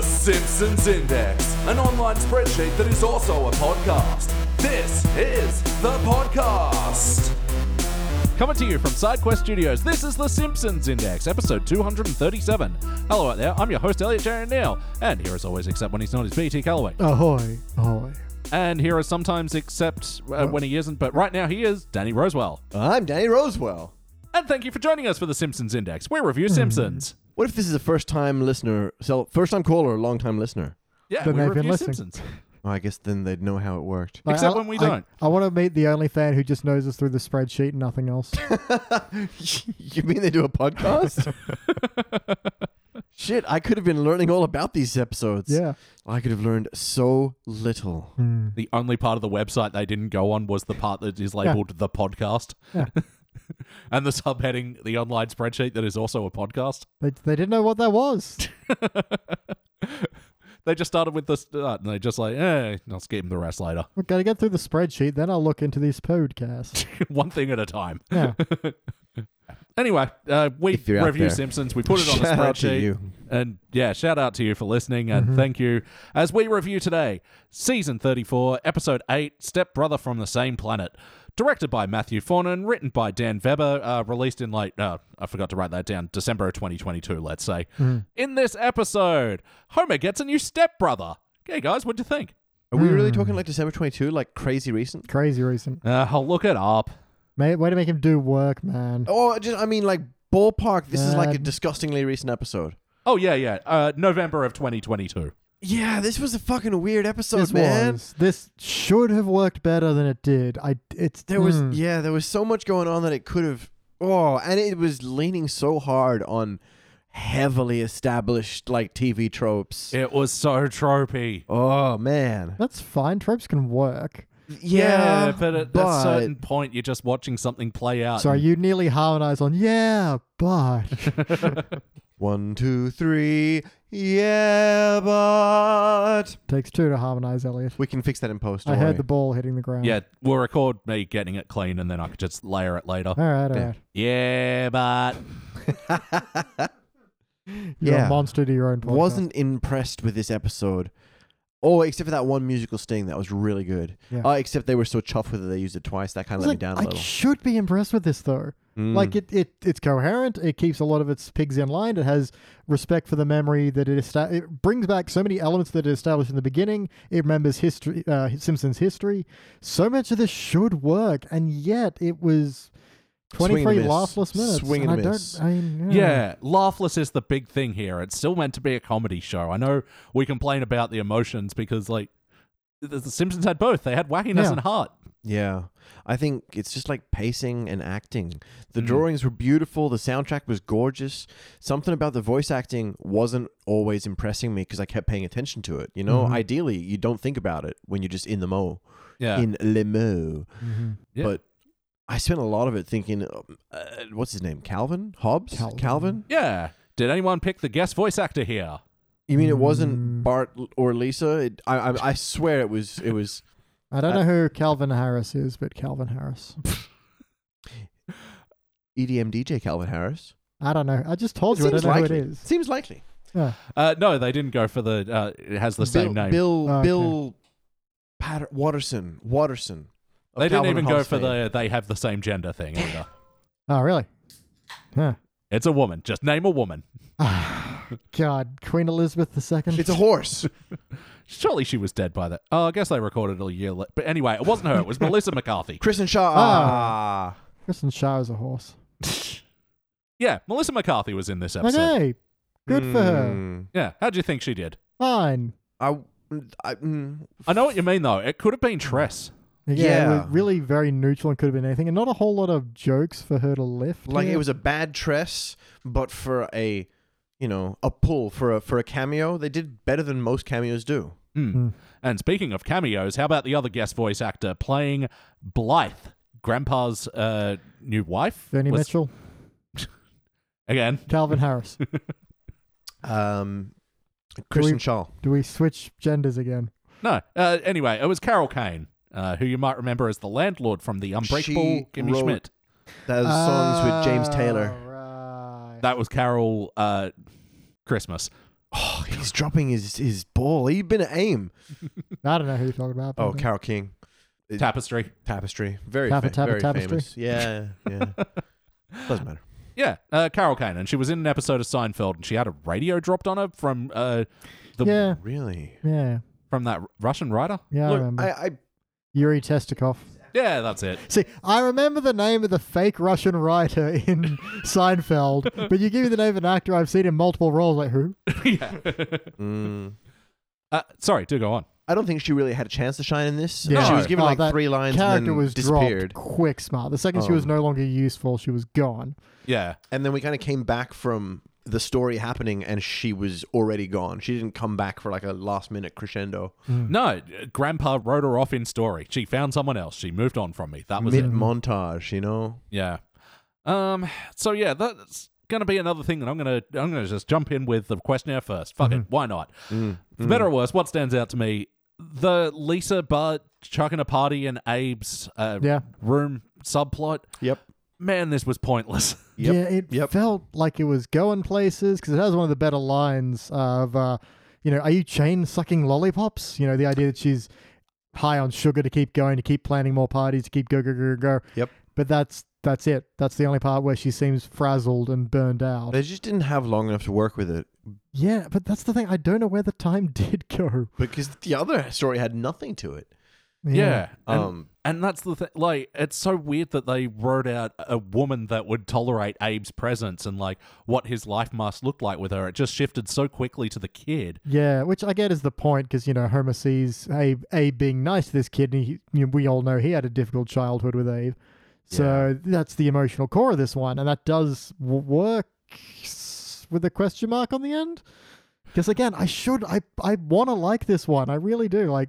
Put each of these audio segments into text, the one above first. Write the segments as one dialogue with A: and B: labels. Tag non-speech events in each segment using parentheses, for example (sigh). A: Simpsons Index, an online spreadsheet that is also a podcast. This is the podcast.
B: Coming to you from SideQuest Studios, this is The Simpsons Index, episode 237. Hello out there, I'm your host, Elliot Jaron Neal, and here as always, except when he's not, is BT Calloway.
C: Ahoy, ahoy.
B: And here as sometimes, except uh, when he isn't, but right now he is, Danny Rosewell.
D: I'm Danny Rosewell.
B: And thank you for joining us for The Simpsons Index. We review
C: Hmm.
B: Simpsons.
D: What if this is a first time listener, so first time caller, long time listener?
B: Yeah,
C: Then
B: we
C: they've been
B: review
C: listening.
B: Simpsons.
D: Oh, I guess then they'd know how it worked.
C: Like,
B: Except
C: I-
B: when we
C: I-
B: don't.
C: I, want to meet the only fan who just knows us through the spreadsheet and nothing else.
D: (laughs) you mean they do a (laughs) podcast? Shit, I could have been learning all about these episodes.
C: yeah.
D: I could have learned so little.
B: The only part of the website they didn't go on was the part that is labeled The Podcast.
C: Yeah.
B: and the subheading, The Online Spreadsheet, that is also a podcast.
C: They, they didn't know what that was.
B: They just started with the start and they just like, eh, I'll skip them the rest later. (laughs)
C: We're going to get through the spreadsheet, then I'll look into these podcasts.
B: One thing at a time.
C: Yeah.
B: Anyway, uh, we
D: If you're out
B: review
D: there.
B: Simpsons. We put it on
D: Shout
B: a spreadsheet.
D: out to you. Mm-hmm.
B: And yeah, shout out to you for listening and thank you. As we review today, season 34, episode 8, Step Brother from the Same Planet. Directed by Matthew Fornan, written by Dan Weber, uh, released in late, uh, I forgot to write that down, December of 2022, let's say.
D: Mm-hmm.
B: In this episode, Homer gets a new stepbrother. Okay, guys, what'd you think?
D: Are we really talking like December 22, like crazy recent?
C: Crazy reason.
B: Uh, I'll look it up.
C: May, way to make him do work, man.
D: Oh, just, I mean, like ballpark. This is like a
C: Um,
D: disgustingly recent episode.
B: Oh, yeah, yeah. Uh, November of 2022.
D: Yeah, this was a fucking weird episode,
C: this
D: man.
C: was. This should have worked better than it did. I. It's
D: There was
C: mm.
D: yeah, there was so much going on that it could have oh, and it was leaning so hard on heavily established like TV tropes.
B: It was so tropey.
D: Oh man.
C: That's fine. Tropes can work.
D: Yeah,
B: but at a
D: but-
B: certain point, you're just watching something play out.
C: Sorry, you nearly harmonize on. Yeah, but (laughs)
D: One, two, three. Yeah, but
C: takes two to harmonize, Elliot.
D: we can fix that in post.
C: I
D: don't
C: heard
D: worry.
C: the ball hitting the ground.
B: Yeah, we'll record me getting it clean, and then I could just layer it later.
C: All right, all right.
B: Yeah, but
D: Hmm. (laughs)
C: You're
D: Yeah.
C: a monster to your own podcast.
D: wasn't impressed with this episode. Oh, except for that one musical sting that was really good.
C: Yeah.
D: Uh, except they were so chuffed with it they used it twice. That kind
C: I
D: of
C: was
D: let
C: like,
D: me down a
C: I
D: little. Mm.
C: should be impressed with this though. Like it, it, it's coherent. It keeps a lot of its pigs in line. It has respect for the memory that it esta- it brings back so many elements that it established in the beginning. It remembers history, uh, Simpsons history. So much of this should work, and yet it was
D: Swing and a
C: twenty-three
D: miss.
C: laughless minutes.
D: Swing and
C: I
D: a
C: don't.
D: miss.
C: I know.
B: yeah, laughless is the big thing here. It's still meant to be a comedy show. I know we complain about the emotions because, like, the the Simpsons had both. They had wackiness
C: Yeah.
B: and heart.
D: Yeah. I think it's just like pacing and acting. The
B: Mm.
D: drawings were beautiful, the soundtrack was gorgeous. Something about the voice acting wasn't always impressing me because I kept paying attention to it. You know,
C: Mhm.
D: ideally, you don't think about it when you're just in the mo,
B: Yeah,
D: in le mo.
C: Mhm.
B: Yeah.
D: But I spent a lot of it thinking, um, uh, what's his name? Calvin? Hobbs?
C: Calvin.
D: Calvin?
B: yeah. Did anyone pick the guest voice actor here?
D: You mean it
C: Mm.
D: wasn't Bart l- or Lisa? It, I, I I swear it was it was
C: I don't know who Calvin Harris is, but Calvin Harris.
D: EDM DJ Calvin Harris.
C: I don't know. I just told you. I don't
D: Seems
C: know
D: likely.
C: who it is.
D: Seems likely.
C: Yeah.
B: Uh, no, they didn't go for the. Uh, it has the same
D: Bill,
B: name.
D: Bill
C: Oh, okay.
D: Bill Patter- Watterson Watterson. of
B: they didn't
D: Calvin
B: even
D: and
B: go
D: Hobbes
B: for
D: fame.
B: the. They have the same gender thing either.
C: Oh, really? Huh.
B: It's a woman. Just name a woman.
C: God, Queen Elizabeth II.
D: It's a horse.
B: Surely she was dead by that. Oh, I guess they recorded it a year later. But anyway, it wasn't her. It was Melissa McCarthy.
D: Chris and Shaw.
C: Ah.
D: Ah.
C: Kristen Shaw is a horse.
B: Yeah, Melissa McCarthy was in this
C: Like,
B: episode.
C: hey, good for her.
D: Mm.
B: Yeah, how do you think she did?
C: Fine.
D: I, I, mm,
B: I know what you mean, though. It could have been Tress.
C: Yeah, It
D: Yeah.
C: was really very neutral and could have been anything, and not a whole lot of jokes for her to lift.
D: like
C: here.
D: it was a bad tress, but for a, you know, a pull for a for a cameo, they did better than most cameos do.
B: Hmm. And speaking of cameos, how about the other guest voice actor playing Blythe, Grandpa's uh, new wife?
C: Bernie
B: Was-
C: Mitchell,
B: Again.
D: (laughs)
C: Calvin Harris.
D: Um, Chris and Shaw.
C: Do we switch genders again?
B: No. Uh, anyway, it was Carol Kane, uh, who you might remember as the landlord from The Unbreakable
D: She
B: Kimmy
D: wrote-
B: Schmidt.
D: Those Ah. songs with James Taylor.
C: Right.
B: That was Carol uh, Christmas.
D: Oh, he's dropping his, his ball. He'd been at aim.
C: I don't know who you're talking about.
D: Oh,
C: but-
D: Carol King. It-
B: Tapestry.
D: Tapestry. Very,
C: Tapa-
D: fa-
C: tapa-
D: very
C: tapestry?
D: famous. Yeah, (laughs) yeah. Doesn't matter.
B: Yeah, uh, Carol Kane, and she was in an episode of Seinfeld, and she had a radio dropped on her from uh, the
C: yeah,
D: Really?
C: yeah,
B: from that Russian writer.
C: yeah. I
D: Look,
C: remember
D: I, I
C: Yuri Testikov.
B: Yeah, that's it.
C: See, I remember the name of the fake Russian writer (laughs) in Seinfeld, but you give me the name of an actor I've seen in multiple roles. Like who?
B: yeah.
D: mm,
B: Uh, sorry, do go on.
D: I don't think she really had a chance to shine in this.
C: Yeah.
D: She
B: No.
D: was given
C: Oh,
D: like
C: that
D: three lines and
C: Character
D: then
C: was
D: disappeared.
C: dropped quick, smart. The second she
D: Oh.
C: was no longer useful, she was gone.
B: Yeah,
D: And then we kind of came back from the story happening and she was already gone. She didn't come back for like a last minute crescendo.
B: no, Grandpa wrote her off in story. She found someone else. She moved on from me. That was
D: Mid
B: it.
D: montage, you know?
B: Yeah. Um. So yeah, that's gonna be another thing that I'm gonna I'm gonna just jump in with the questionnaire first. Fuck
C: Mm-hmm.
B: it, why not? For better or worse, what stands out to me? The Lisa Bart chucking a party in Abe's uh,
C: Yeah.
B: room subplot.
D: Yep.
B: Man, this was pointless. (laughs)
D: Yep.
C: Yeah, it
D: Yep.
C: felt like it was going places because it has one of the better lines of, uh, you know, are you chain sucking lollipops? You know, the idea that she's high on sugar to keep going, to keep planning more parties, to keep go go go go. go.
D: Yep.
C: But that's that's it. That's the only part where she seems frazzled and burned out.
D: They just didn't have long enough to work with it
C: yeah, but that's the thing. I don't know where the time (laughs) did go.
D: because the other story had nothing to it.
B: Yeah. And,
D: Um,
B: and that's the thing. Like, it's so weird that they wrote out a woman that would tolerate Abe's presence and, like, what his life must look like with her. It just shifted so quickly to the kid.
C: Yeah, which I get is the point because you know Homer sees Abe, Abe being nice to this kid, and he, you know, we all know he had a difficult childhood with Abe, so that's the emotional core of this one, and that does w- work s- with a question mark on the end. Because again, I should I I want to like this one, I really do. Like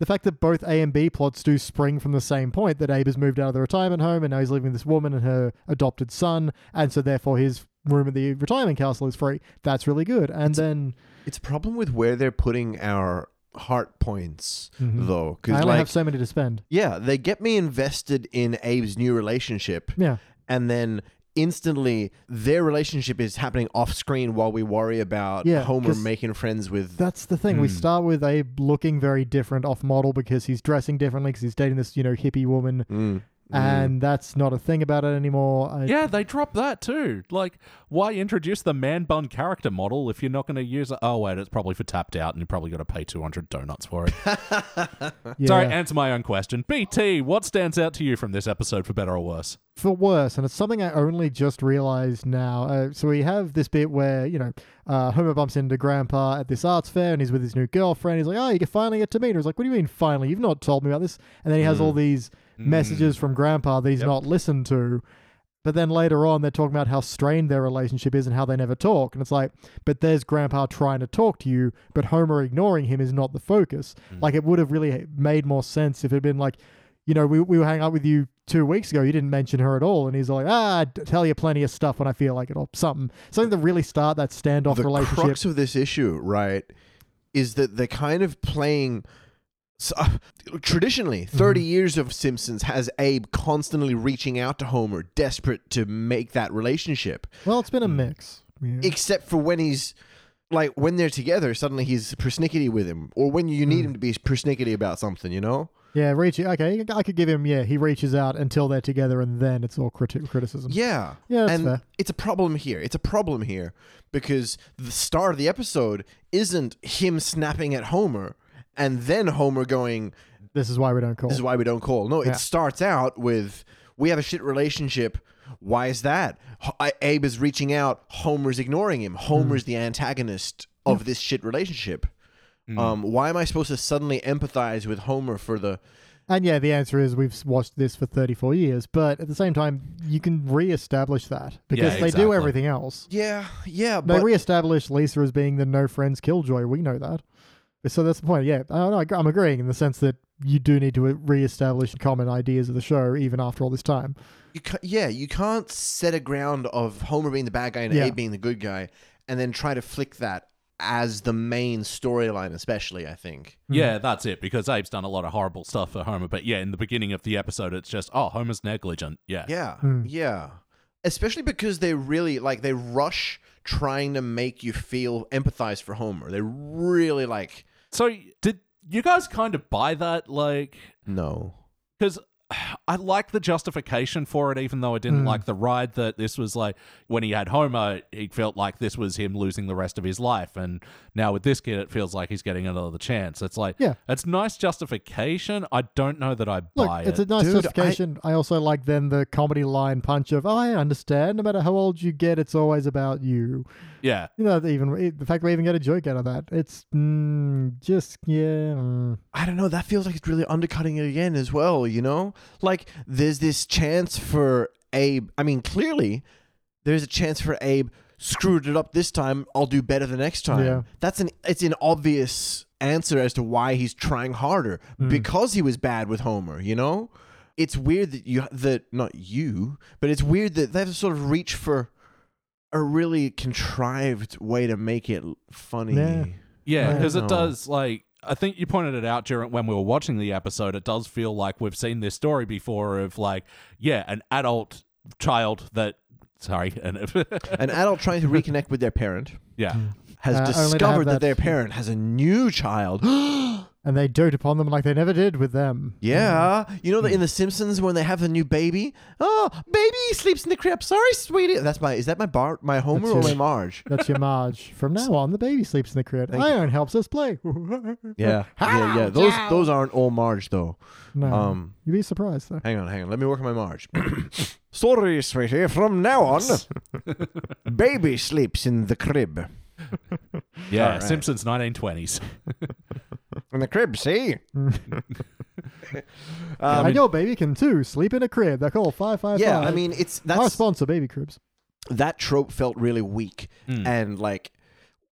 C: the fact that both A and B plots do spring from the same point that Abe has moved out of the retirement home and now he's living with this woman and her adopted son, and so therefore his room at the retirement castle is free. That's really good, and then.
D: It's a problem with where they're putting our heart points,
C: Mhm.
D: though.
C: I
D: Because
C: only
D: like,
C: have so many to spend.
D: yeah, they get me invested in Abe's new relationship,
C: Yeah.
D: and then instantly their relationship is happening off screen while we worry about
C: Yeah,
D: Homer
C: 'cause
D: making friends with.
C: That's the thing. We
B: Hmm.
C: start with Abe looking very different off model because he's dressing differently because he's dating this, you know, hippie woman.
D: Mm, mm.
C: And that's not a thing about it anymore. I,
B: Yeah, they dropped that too. Like, why introduce the man bun character model if you're not going to use it? Oh, wait, it's probably for tapped out and you probably got to pay 200 donuts for it.
C: yeah.
B: Sorry, answer my own question. BT, what stands out to you from this episode for better or worse?
C: for worse, and it's something I only just realized now. Uh, so we have this bit where you know uh, Homer bumps into Grandpa at this arts fair, and he's with his new girlfriend. He's like, "Oh, you can finally get to meet her." He's like, "What do you mean finally? You've not told me about this." And then he has
B: Hmm.
C: all these messages from Grandpa that he's not listened to. But then later on, they're talking about how strained their relationship is and how they never talk. And it's like, but there's Grandpa trying to talk to you, but Homer ignoring him is not the focus.
D: Mm.
C: Like, it would have really made more sense if it had been like, you know, we, we were hanging out with you two weeks ago. You didn't mention her at all. And he's like, ah, I d- tell you plenty of stuff when I feel like it or something. Something to really start that standoff
D: the
C: relationship.
D: crux of this issue, right, is that they're kind of playing. so- uh, traditionally,
C: Mm-hmm.
D: 30 years of Simpsons has Abe constantly reaching out to Homer, desperate to make that relationship.
C: well, it's
D: Mm.
C: been a mix. Yeah.
D: Except for when he's like when they're together, suddenly he's persnickety with him, or when you
C: Mm.
D: need him to be persnickety about something, you know.
C: yeah, reaching. Okay, I could give him, yeah, he reaches out until they're together and then it's all criti- criticism.
D: Yeah.
C: Yeah, that's
D: and
C: fair.
D: it's a problem here. It's a problem here because the star of the episode isn't him snapping at Homer and then Homer going,
C: This is why we don't call.
D: This is why we don't call. No,
C: Yeah.
D: it starts out with, We have a shit relationship. Why is that? H- I- Abe is reaching out. Homer's ignoring him.
C: Mm.
D: Homer's the antagonist of this shit relationship.
C: Mm.
D: Um, why am I supposed to suddenly empathize with Homer for the.
C: And yeah, the answer is we've watched this for 34 years, but at the same time, you can re-establish that because
B: Yeah,
C: they do
B: exactly.
C: everything else.
D: Yeah, yeah,
C: They
D: but.
C: re-establish Lisa as being the no friends killjoy. We know that, so that's the point. Yeah, I don't know, I'm agreeing in the sense that you do need to re-establish common ideas of the show even after all this time.
D: You ca- yeah, you can't set a ground of Homer being the bad guy and
C: Yeah.
D: Abe being the good guy, and then try to flick that as the main storyline, especially. I think.
C: Mm-hmm.
B: Yeah, that's it, because Abe's done a lot of horrible stuff for Homer. But yeah, in the beginning of the episode, it's just, oh, Homer's negligent. Yeah.
D: Yeah, yeah. Especially because they really like they rush trying to make you feel empathize for Homer. They really like
B: So did you guys kind of buy that? Like, (sighs)
D: no.
B: because I like the justification for it, even though I
C: Mm.
B: didn't like the ride. That this was like when he had Homer, he felt like this was him losing the rest of his life, and now with this kid, it feels like he's getting another chance. It's like,
C: Yeah.
B: it's nice justification. I don't know that I
C: Look,
B: buy
C: it's
B: it.
C: a nice
D: Dude, I-
C: justification. I, also like then the comedy line punch of, oh, I understand. No matter how old you get, it's always about you.
B: yeah,
C: You know, even it- the fact we even get a joke out of that, it's mm, just yeah. mm.
D: I don't know. That feels like it's really undercutting it again as well. You know, like there's this chance for Abe. I mean, clearly there's a chance for Abe screwed it up this time. I'll do better the next time.
C: Yeah.
D: That's an it's an obvious answer as to why he's trying harder
C: Hmm.
D: because he was bad with Homer. You know, it's weird that you that not you, but it's weird that they have to sort of reach for a really contrived way to make it funny.
C: Yeah.
B: yeah,
D: I
B: because it
D: know.
B: does like. I think you pointed it out during when we were watching the episode. It does feel like we've seen this story before of like, yeah, an adult child that sorry, and (laughs)
D: An adult trying to reconnect with their parent.
B: yeah,
D: has
C: Uh, only to have
D: discovered that,
C: that-
D: their parent has a new
C: (gasps)
D: child.
C: And they dote upon them like they never did with them.
D: yeah. You know
C: Hmm.
D: that in The Simpsons when they have a new baby? Oh, baby sleeps in the crib. Sorry, sweetie. That's my is that my bar my Homer
C: That's
D: or my
C: it. (laughs)
D: Marge?
C: That's your Marge. From now on, the baby sleeps in the crib. Iron helps us play. (laughs)
D: Yeah. yeah, yeah. Those those aren't all Marge though.
C: no,
D: Um
C: you'd be surprised though.
D: hang on, hang on. Let me work on
C: (coughs)
D: my Marge. (coughs) Sorry, sweetie. From
C: (laughs)
D: now on baby sleeps in the crib.
B: yeah,
D: Alright.
B: Simpsons nineteen twenties.
D: In the crib, see?
C: Um, I know baby can too sleep in a crib. They're called five five
D: Yeah,
C: five.
D: I mean it's
C: our
D: that's
C: sponsor, baby cribs.
D: that trope felt really weak and like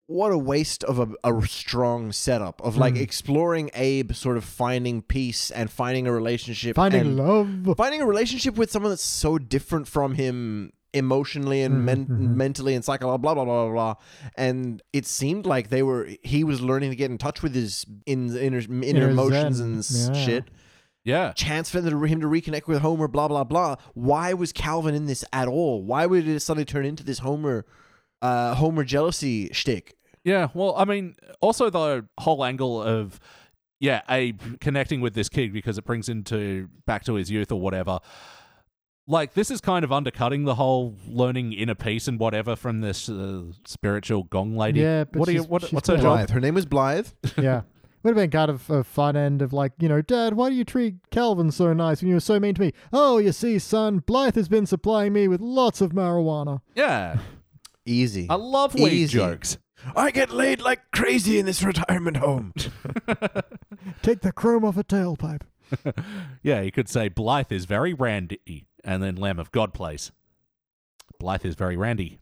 D: what a waste of a, a strong setup of like exploring abe sort of finding peace and finding a relationship
C: Finding
D: and
C: love. (laughs)
D: finding a relationship with someone that's so different from him emotionally
C: Hmm,
D: and men- mentally and psychologically blah blah blah blah blah and it seemed like they were he was learning to get in touch with his in, inner inner,
C: Inner
D: emotions
C: zen,
D: and s-
C: yeah.
D: shit
B: Yeah.
D: chance for them to, him to reconnect with Homer, blah, blah, blah. Why was Calvin in this at all? Why would it suddenly turn into this Homer uh, Homer jealousy shtick?
B: Yeah. Well, I mean, also the whole angle of yeah, Abe connecting with this kid because it brings into back to his youth or whatever. Like this is kind of undercutting the whole learning inner peace and whatever from this uh, spiritual gong lady.
C: Yeah, but
B: what do you?
C: she's-
B: What,
C: she's
B: what's her
C: been
B: job?
D: Her name was Blythe.
C: yeah. Would have been kind of a fun end of like, you know, Dad, why do you treat Calvin so nice when you were so mean to me? Oh, you see, son, Blythe has been supplying me with lots of marijuana.
B: Yeah,
D: Easy.
B: I love weed
D: Easy.
B: jokes.
D: I get laid like crazy in this retirement home.
C: Take the chrome off a tailpipe.
B: Yeah, you could say Blythe is very randy, and then Lamb of God plays. Blythe is very randy.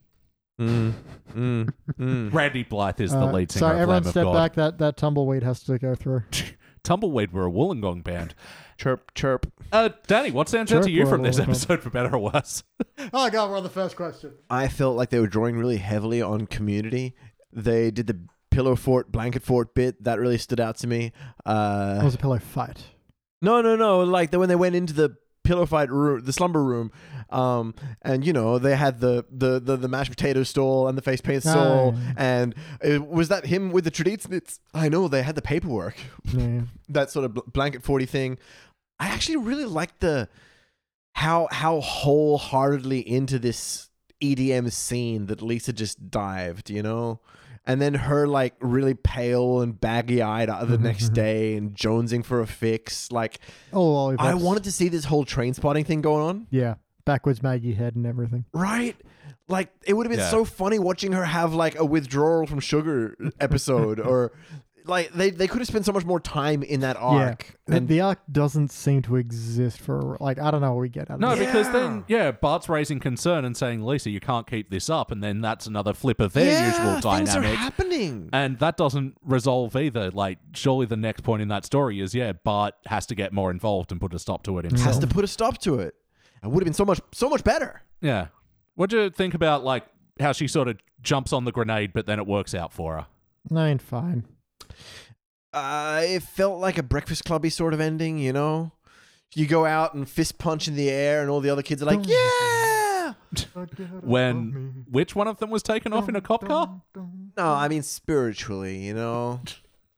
B: (laughs) Randy Blythe is the
C: Uh,
B: lead singer
C: sorry,
B: of
C: everyone
B: Lamb of
C: step
B: God.
C: back. That, that tumbleweed has to go through.
B: Tumbleweed were a Wollongong band.
D: chirp, chirp.
B: Uh, Danny, what stands out
C: Sure,
B: to you
C: for
B: from
C: a
B: this
C: little bit.
B: episode, for better or worse?
C: oh, God, we're on the first question.
D: I felt like they were drawing really heavily on community. They did the pillow fort, blanket fort bit. That really stood out to me.
C: That
D: Uh,
C: was a pillow fight.
D: No, no, no. Like the, when they went into the pillow fight room, the slumber room, um, and you know they had the the the, the mashed potato stall and the face paint stall,
C: Ah.
D: and it, was that him with the traditions? I know they had the paperwork,
C: Yeah.
D: that sort of bl- blanket forty thing. I actually really liked the how how wholeheartedly into this EDM scene that Lisa just dived, you know. And then her like really pale and baggy eyed the next day and jonesing for a fix. Like
C: All lollipops.
D: I wanted to see this whole train spotting thing going on.
C: Yeah. Backwards Maggie head and everything.
D: Right? Like it would have been
B: Yeah.
D: so funny watching her have like a withdrawal from sugar (laughs) episode or like they, they could have spent so much more time in that arc.
C: Yeah.
D: And
C: the arc doesn't seem to exist for, like, I don't know what we get out of
B: No,
C: it.
B: because then, yeah, Bart's raising concern and saying, Lisa, you can't keep this up. And then that's another flip of their usual
D: Things are
B: dynamic.
D: happening.
B: And that doesn't resolve either. Like, surely the next point in that story is, yeah, Bart has to get more involved and put a stop to it himself.
D: Has to put a stop to it. It would have been so much so much better.
B: Yeah. What do you think about, like, how she sort of jumps on the grenade, but then it works out for her?
C: Nine, fine.
D: Uh, it felt like a breakfast clubby sort of Oh ending, you know? You go out and fist punch in the air and all the other kids are like, Yeah.
B: when which one of them was taken off in a cop car?
C: Um,
D: No, I mean spiritually, you know.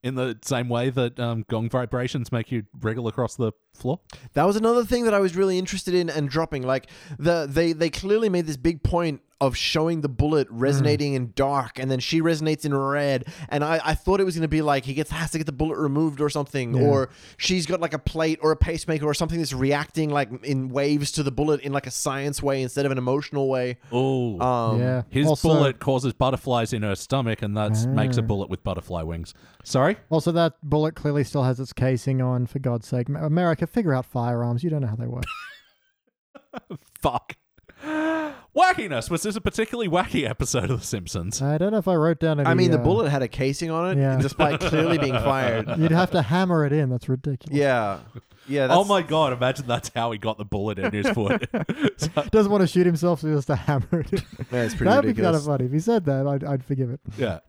B: In the same way that um, gong vibrations make you wriggle across the floor.
D: That was another thing that I was really interested in and dropping. Like the they they clearly made this big point of showing the bullet
C: Mm.
D: resonating in dark, and then she resonates in red. And I, I thought it was gonna be like he gets has to get the bullet removed or something, or she's got like a plate or a pacemaker or something that's reacting like in waves to the bullet in like a science way instead of an emotional way.
B: Oh,
D: Um,
C: yeah.
B: his
C: Uh, also, Ah.
B: bullet causes butterflies in her stomach, and that makes a bullet with butterfly wings. Sorry,
C: Also, that bullet clearly still has its casing on. For God's sake, Ma- America, figure out firearms. You don't know how they
D: (laughs)
C: work.
B: fuck. (gasps) Wackiness was this a particularly wacky episode of The Simpsons?
C: I don't know if I wrote down. Any,
D: I mean, the
C: uh,
D: bullet had a casing on it,
C: yeah.
D: despite clearly
C: (laughs)
D: being fired.
C: You'd have to hammer it in. That's ridiculous.
D: Yeah, yeah. That's,
B: Oh my god! Imagine that's how he got the bullet in his foot.
C: Doesn't want to shoot himself, so he has to (laughs) hammer it. in.
D: Yeah, it's pretty
C: That'd be kind
D: ridiculous.
C: of funny. If he said that, I'd, I'd forgive it.
B: (laughs) yeah,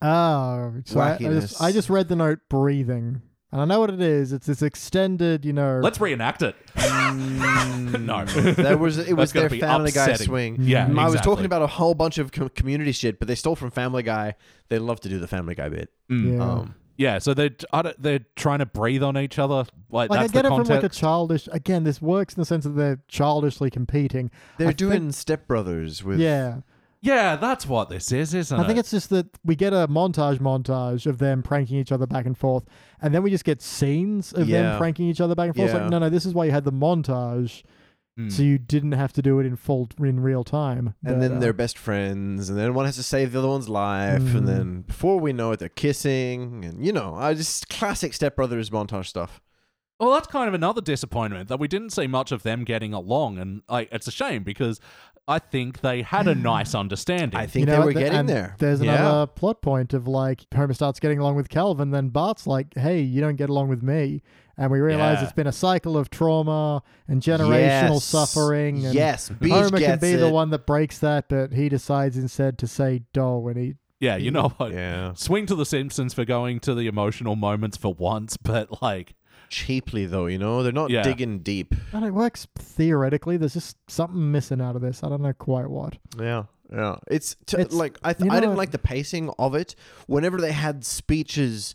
C: Oh, so I, I
D: Wackiness.
C: just, I just read the note breathing, and I know what it is. It's this extended, you know.
B: (laughs) let's reenact it.
C: Mm.
B: (laughs) no,
D: That
B: (laughs)
D: was it. Was
B: gonna
D: their
B: be
D: Family Guy
B: upsetting.
D: swing?
B: Yeah,
D: Mm. I was
B: exactly.
D: talking about a whole bunch of com- community shit, but they stole from Family Guy. They love to do the Family Guy bit.
C: yeah.
D: Um,
B: yeah. So they are they're trying to breathe on each other. Like,
C: like I
B: that's
C: get
B: the
C: it from like a
B: content.
C: childish. Again, this works in the sense that they're childishly competing.
D: they're
C: I think-
D: doing Step Brothers with
C: yeah,
B: yeah, that's what this is, isn't
C: I think
B: it?
C: it's just that we get a montage montage of them pranking each other back and forth, and then we just get scenes of
D: Yeah.
C: them pranking each other back and forth. It's
D: Yeah. Mm.
C: Like, no, no, this is why you had the montage, so you didn't have to do it in full in real time. But,
D: And then
C: uh,
D: they're best friends, and then one has to save the other one's life, and then
C: Mm.
D: before we know it, they're kissing, and you know, I just classic Step Brothers montage stuff.
B: Well, that's kind of another disappointment that we didn't see much of them getting along, and like it's a shame because I think they had a nice understanding.
D: (laughs) I
C: you
D: think
C: know,
D: they were
C: th-
D: getting
C: and
D: there.
C: There's
B: Yeah.
C: another plot point of like Homer starts getting along with Calvin, then Bart's like, "Hey, you don't get along with me," and we realize
B: Yeah.
C: it's been a cycle of trauma and generational
D: Yes.
C: suffering. And
D: yes, Beach
C: Homer can
D: gets
C: be
D: it.
C: the one that breaks that, but he decides instead to say "doll" when he
B: yeah, you know what?
D: Yeah,
B: Swing to the Simpsons for going to the emotional moments for once, but like,
D: cheaply though, you know, they're not
B: Yeah.
D: digging deep.
C: And it works theoretically. There's just something missing out of this. I don't know quite what.
D: Yeah, yeah. It's, t-
C: It's-
D: like I, th-
C: you
D: I
C: know
D: didn't
C: what-
D: like the pacing of it. Whenever they had speeches,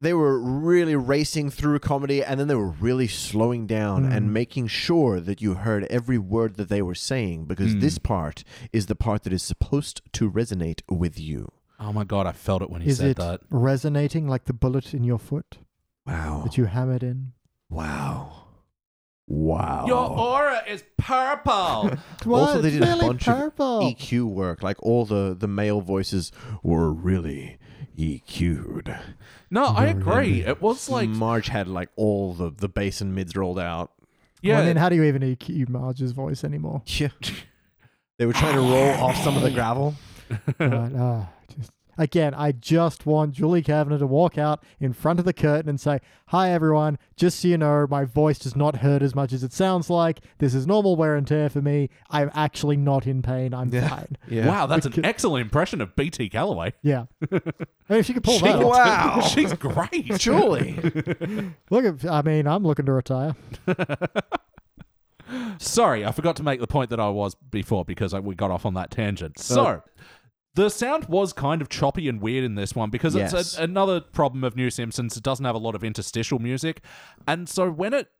D: they were really racing through comedy, and then they were really slowing down and making sure that you heard every word that they were saying because this part is the part that is supposed to resonate with you.
B: oh my god, I felt it when he
C: Is
B: said
C: it
B: that.
C: resonating like the bullet in your foot
D: Wow!
C: that you hammered in?
D: Wow! Wow!
B: Your aura is purple.
D: also,
C: Wow,
D: they
C: it's
D: did a
C: really
D: bunch
C: purple.
D: of E EQ work. Like all the the male voices were really E EQ'd.
B: (laughs) no, I agree. It was like,
D: Marge had like all the the bass and mids rolled out.
B: yeah,
C: And then how do you even EQ Marge's voice anymore?
D: Yeah. (laughs) they were trying
B: (laughs)
D: to roll off some of the gravel.
C: right, ah, just, again, I just want Julie Kavanagh to walk out in front of the curtain and say, Hi, everyone. Just so you know, my voice does not hurt as much as it sounds like. This is normal wear and tear for me. I'm actually not in pain. I'm fine.
D: Yeah.
B: wow, that's an excellent impression of BT Calloway.
C: Yeah. I mean, if she could pull that off.
D: (laughs) Wow.
B: she's great. (laughs)
D: Julie.
C: Look, at, I mean, I'm looking to retire.
B: Sorry, I forgot to make the point that I was before because I, we got off on that
D: Oh.
B: tangent. So, the sound was kind of choppy and weird in this one because it's
D: Yes.
B: a, another problem of New Simpsons. It doesn't have a lot of interstitial music. And so, when it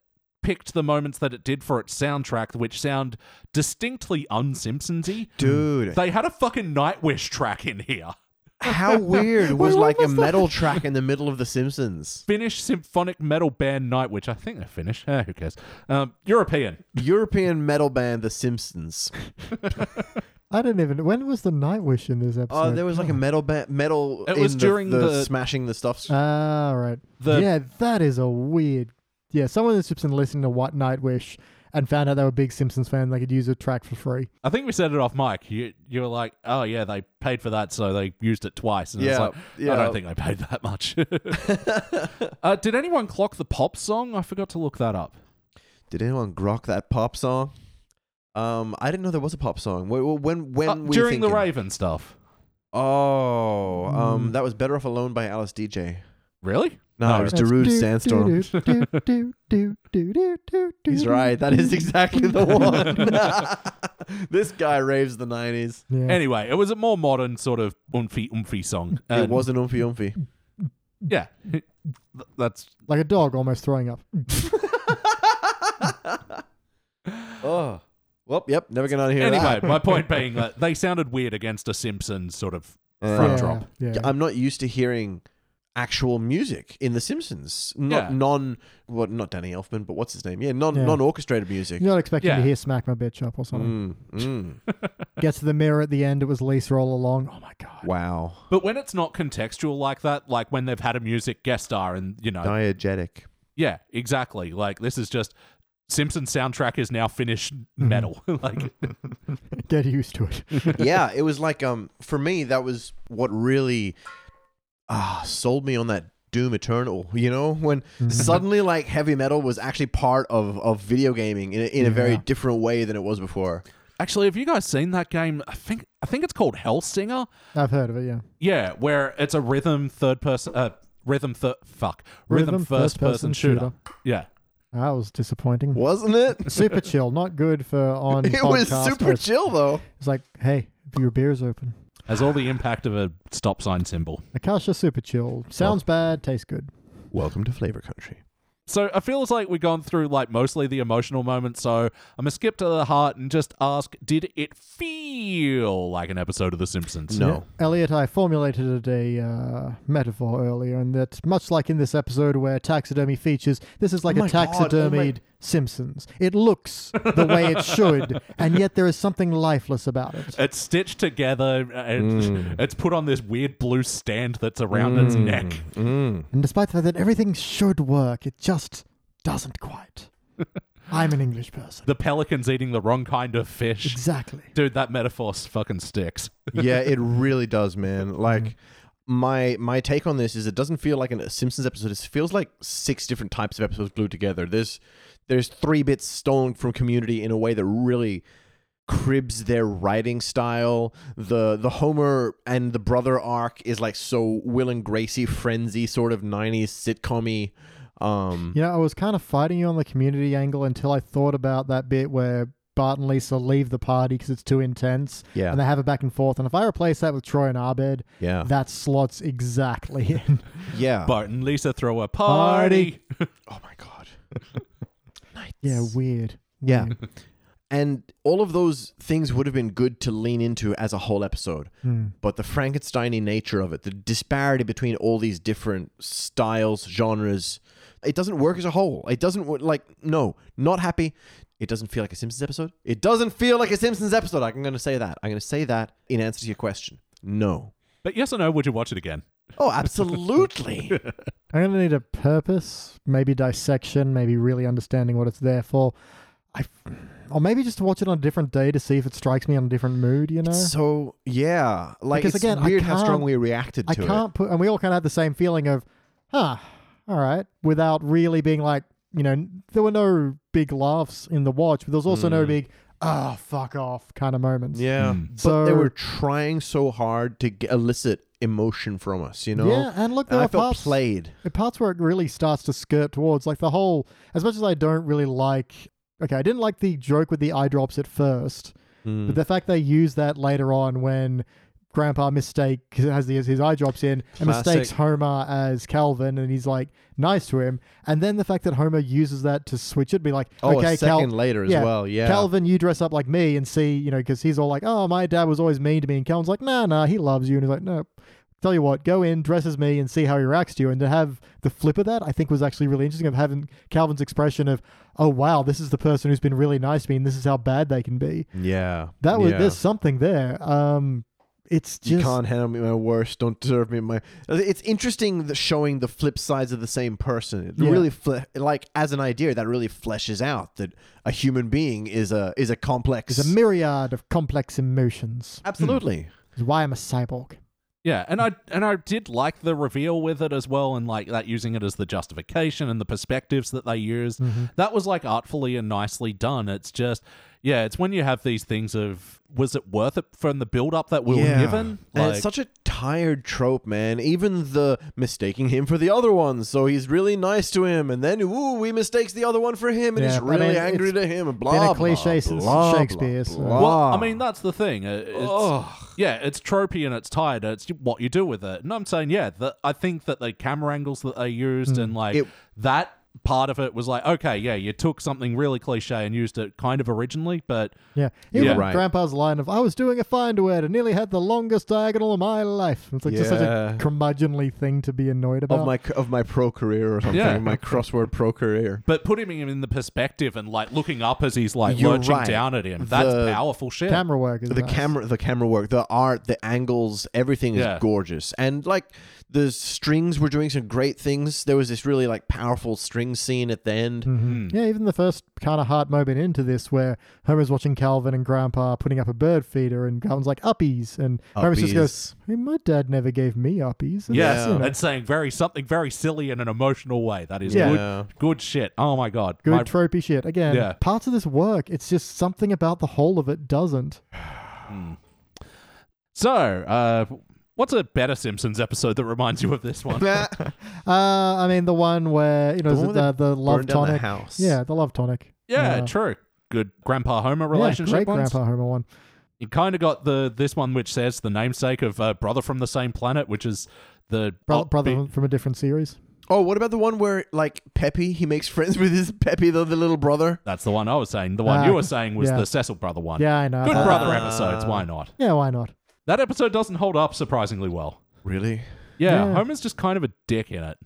B: picked the moments that it did for its soundtrack, which sound distinctly un Simpsonsy,
D: Dude,
B: they had a fucking Nightwish track in here. (laughs)
D: how weird was
C: Wait, what
D: like a
C: was that?
D: metal track in the middle of The Simpsons?
B: Finnish symphonic metal band Nightwish. I think they're Finnish. Eh, who cares? Um, European.
D: European metal band
B: (laughs)
D: The Simpsons.
C: I didn't even. When was the Nightwish in this episode?
D: Oh, there was like a metal band metal
B: It
D: in
B: was
D: the-
B: during
D: the,
B: the- Uh,
D: smashing the stuffs.
C: Ah, right.
B: The-
C: yeah, that is a weird. Yeah, someone in the Simpsons listened to What Nightwish and found out they were a big Simpsons fan. They could use a track for free.
B: I think we said it off mic. You you were like, oh yeah, they paid for that, so they used it twice. And
D: Yeah,
B: I was like, I
D: yeah.
B: don't think they paid that
D: (laughs)
B: much. uh, did anyone clock the pop song? I forgot to look that up.
D: Did anyone grok that pop song? Um, I didn't know there was a pop song. When when, when
B: Uh,
D: were you
B: during the
D: thinking?
B: Raven stuff. Mm.
D: Oh, um, that was Better Off Alone by Alice DJ.
B: Really?
D: No, it was Darude Sandstorm. He's
C: He's
D: right. That is
B: (laughs)
D: exactly the one. (laughs) this guy raves the 90s.
B: Anyway, it was a more modern sort of umphy umphy song.
D: it
B: And
D: was an umphy umphy.
B: Yeah. Th- That's
C: Like a dog almost throwing up.
D: Oh. Well, yep. Never going to hear
B: anyway.
D: that.
B: my point being that they sounded weird against a Simpsons sort of front
D: Uh, Yeah.
B: drop.
C: Yeah.
D: I'm not used to hearing actual music in The Simpsons. Not
B: Yeah.
D: non, what? not Danny Elfman, but what's his name? Yeah, non
C: Yeah.
D: non orchestrated music.
C: You're not expecting
B: Yeah.
C: to hear "smack my bitch up" or something.
D: Mm, mm.
B: (laughs)
C: Gets to the mirror at the end. It was Lisa all along. Oh my god.
D: wow.
B: But when it's not contextual like that, like when they've had a music guest star and you know,
D: Diegetic.
B: yeah, exactly. Like this is just Simpson soundtrack is now finished metal. (laughs) like
C: Get used to
D: (laughs)
C: it.
D: yeah, it was like um for me that was what really ah sold me on that Doom Eternal. You know when
C: Mm-hmm.
D: suddenly like heavy metal was actually part of of video gaming in a, in a very
C: Yeah.
D: different way than it was before.
B: actually, have you guys seen that game? I think I think it's called Hellsinger.
C: I've heard of it. Yeah.
B: Yeah, where it's a rhythm third person uh rhythm third fuck. Rhythm, first, person, shooter. Yeah.
C: That was disappointing. (laughs)
D: Wasn't it?
C: Super chill. Not good for on.
D: (laughs) It was
C: podcast.
D: super
C: It's-
D: chill though.
C: It's like, hey, your beer's open.
B: Has all the impact of a stop sign symbol.
C: Akasha super chill. Sounds bad. Tastes good.
D: Welcome to Flavor Country.
B: So it feels like we've gone through like mostly the emotional moments. So I'm gonna skip to the heart and just ask: Did it feel like an episode of The Simpsons?
D: No.
C: Elliot, I formulated a uh, metaphor earlier, and that much like in this episode where taxidermy features, this is like
D: Oh
C: a
D: my God, oh my-
C: taxidermied Simpsons. It looks the way
D: (laughs)
C: it should, and yet there is something lifeless about it.
B: It's stitched together. uh, And It's put on this weird blue stand that's around its
C: Mm-hmm.
B: neck.
C: And despite the fact that everything should work, it just doesn't
D: (laughs)
C: quite. I'm an English person.
B: The pelican's eating the wrong kind of fish.
C: Exactly.
B: Dude, that metaphor s- fucking sticks.
D: yeah, it really does, man. Like my my take on this is it doesn't feel like an- a Simpsons episode. It feels like six different types of episodes glued together. There's there's three bits stolen from Community in a way that really cribs their writing style. The the Homer and the brother arc is like so Will and Gracie frenzy sort of '90s sitcom-y. Um,
C: You know, I was kind of fighting you on the community angle until I thought about that bit where Bart and Lisa leave the party because it's too intense.
D: Yeah.
C: And they have a back and forth. And if I replace that with Troy and Abed,
D: Yeah.
C: that slots exactly
D: (laughs)
C: in.
D: yeah.
B: Bart and Lisa throw a party.
D: oh my god.
C: yeah, weird.
D: Yeah. and all of those things would have been good to lean into as a whole episode.
C: Hmm.
D: But the Frankensteiny nature of it, the disparity between all these different styles, genres, it doesn't work as a whole. It doesn't wo- like no, not happy. It doesn't feel like a Simpsons episode. It doesn't feel like a Simpsons episode. I'm going to say that. I'm going to say that in answer to your question. No.
B: But yes or no, would you watch it again?
C: (laughs)
D: Oh, absolutely.
C: I'm going to need a purpose, maybe dissection, maybe really understanding what it's there for. I, or maybe just watch it on a different day to see if it strikes me on a different mood, you know?
D: so yeah, like
C: Because
D: it's
C: again, I
D: weird how
C: can't-
D: strong we reacted to
C: I can't put, and we all kind of had the same feeling of, huh, all right, without really being like, you know, there were no big laughs in the watch, but there was also no big, ah, fuck off kind of moments.
D: it. Mm. Yeah.
B: Hmm.
C: So
D: they were trying so hard to g- elicit emotion from us, you know.
C: Yeah, and look, there
D: And I
C: were
D: felt
C: parts,
D: played.
C: there were parts where it really starts to skirt towards, like the whole, as much as I don't really like, okay, I didn't like the joke with the eye drops at first,
D: Hmm. Mm.
C: but the fact they use that later on when. Grandpa mistake has the, his eye drops in and
D: Classic.
C: mistakes Homer as Calvin, and he's like nice to him. And then the fact that Homer uses that to switch it, be like,
D: Oh, a
C: okay,
D: second later as well, yeah.
C: Calvin, you dress up like me and see, you know, because he's all like, oh, my dad was always mean to me, and Calvin's like, nah, nah, he loves you, and he's like, no. Tell you what, go in, dress as me, and see how he reacts to you. And to have the flip of that, I think was actually really interesting. Of having Calvin's expression of, "Oh wow, this is the person who's been really nice to me, and this is how bad they can be."
D: Yeah,
C: That was
D: yeah.
C: there's something there. Um, it's
D: You
C: just
D: can't handle me my worst. Don't deserve me my. It's interesting that showing the flip sides of the same person. It
C: Yeah.
D: really, fle- like as an idea, that really fleshes out that a human being is a is a complex.
C: There's a myriad of complex emotions.
D: Absolutely.
C: It's why I'm a cyborg.
B: Yeah, and I and I did like the reveal with it as well, and like that using it as the justification and the perspectives that they used. That was like artfully and nicely done. It's just, yeah, it's when you have these things of was it worth it from the build up that we were given?
D: and
B: Like,
D: it's such a tired trope, man. Even the mistaking him for the other one, so he's really nice to him, and then ooh, he mistakes the other one for him, and
C: Yeah,
D: he's
C: but I
D: really
C: mean,
D: angry
C: it's
D: to him. and Blah
C: been a
D: blah,
C: cliche since
D: blah, blah,
C: Shakespeare, so-
D: blah.
B: Well, I mean, that's the thing. Uh, It's, Yeah, it's tropey and it's tired. It's what you do with it. And I'm saying, yeah, the, I think that the camera angles that they used and like
D: Hmm. It-
B: that part of it was like, okay, yeah, you took something really cliche and used it kind of originally, but
C: Yeah.
D: You're
C: Even
D: right.
C: Grandpa's line of, I was doing a fine duet and nearly had the longest diagonal of my life. It's like just such a
D: Yeah.
C: curmudgeonly thing to be
B: uh,
C: annoyed about.
D: of my of my pro career or something,
B: Yeah.
D: my crossword pro career.
B: but putting him in the perspective and like looking up as he's like
D: You're
B: lurching
D: right.
B: down at him, that's
D: The
B: powerful shit.
C: camera work is
D: the
C: nice.
D: camera the camera work the art the angles everything is
B: Yeah.
D: gorgeous and like the strings were doing some great things there was this really like powerful string scene at the end
C: Yeah, even the first kind of heart moment into this where Homer's watching Calvin and Grandpa putting up a bird feeder and Calvin's like, uppies. And Homer just
D: Uppies.
C: goes, "I mean, my dad never gave me uppies. And
B: Yes,
C: that's, you know,
B: and saying very something very silly in an emotional way. That is
C: Yeah.
D: (laughs) Yeah.
B: good, good shit. Oh my god,
C: good
B: My-
C: tropey shit. Again,
B: Yeah.
C: parts of this work, it's just something about the whole of it doesn't.
B: so, uh, what's a better Simpsons episode that reminds you of this one?
C: Uh, I mean, the one where, you know,
D: The
C: is
D: one
C: it
D: where
C: the, the love
D: burned down the
C: tonic.
D: house.
C: Yeah, the love tonic.
B: Yeah,
C: Uh,
B: true. Good grandpa Homer
C: yeah,
B: relationship
C: great
B: ones.
C: Grandpa Homer one.
B: You kind of got the this one which says the namesake of uh, brother from the same planet, which is the
C: Bro-
B: oh,
C: brother
B: be-
C: from- from a different series.
D: oh what about the one where like peppy he makes friends with his peppy the, the little brother
B: That's the one I was saying. The one
C: Ah,
B: you were saying was
C: yeah.
B: the Cecil brother one.
C: Yeah, I know.
B: Good
C: Uh,
B: brother episodes. Why not?
C: Yeah, why not?
B: That episode doesn't hold up surprisingly well.
D: really Uh,
B: Yeah,
C: Yeah.
B: Homer's just kind of a dick in it.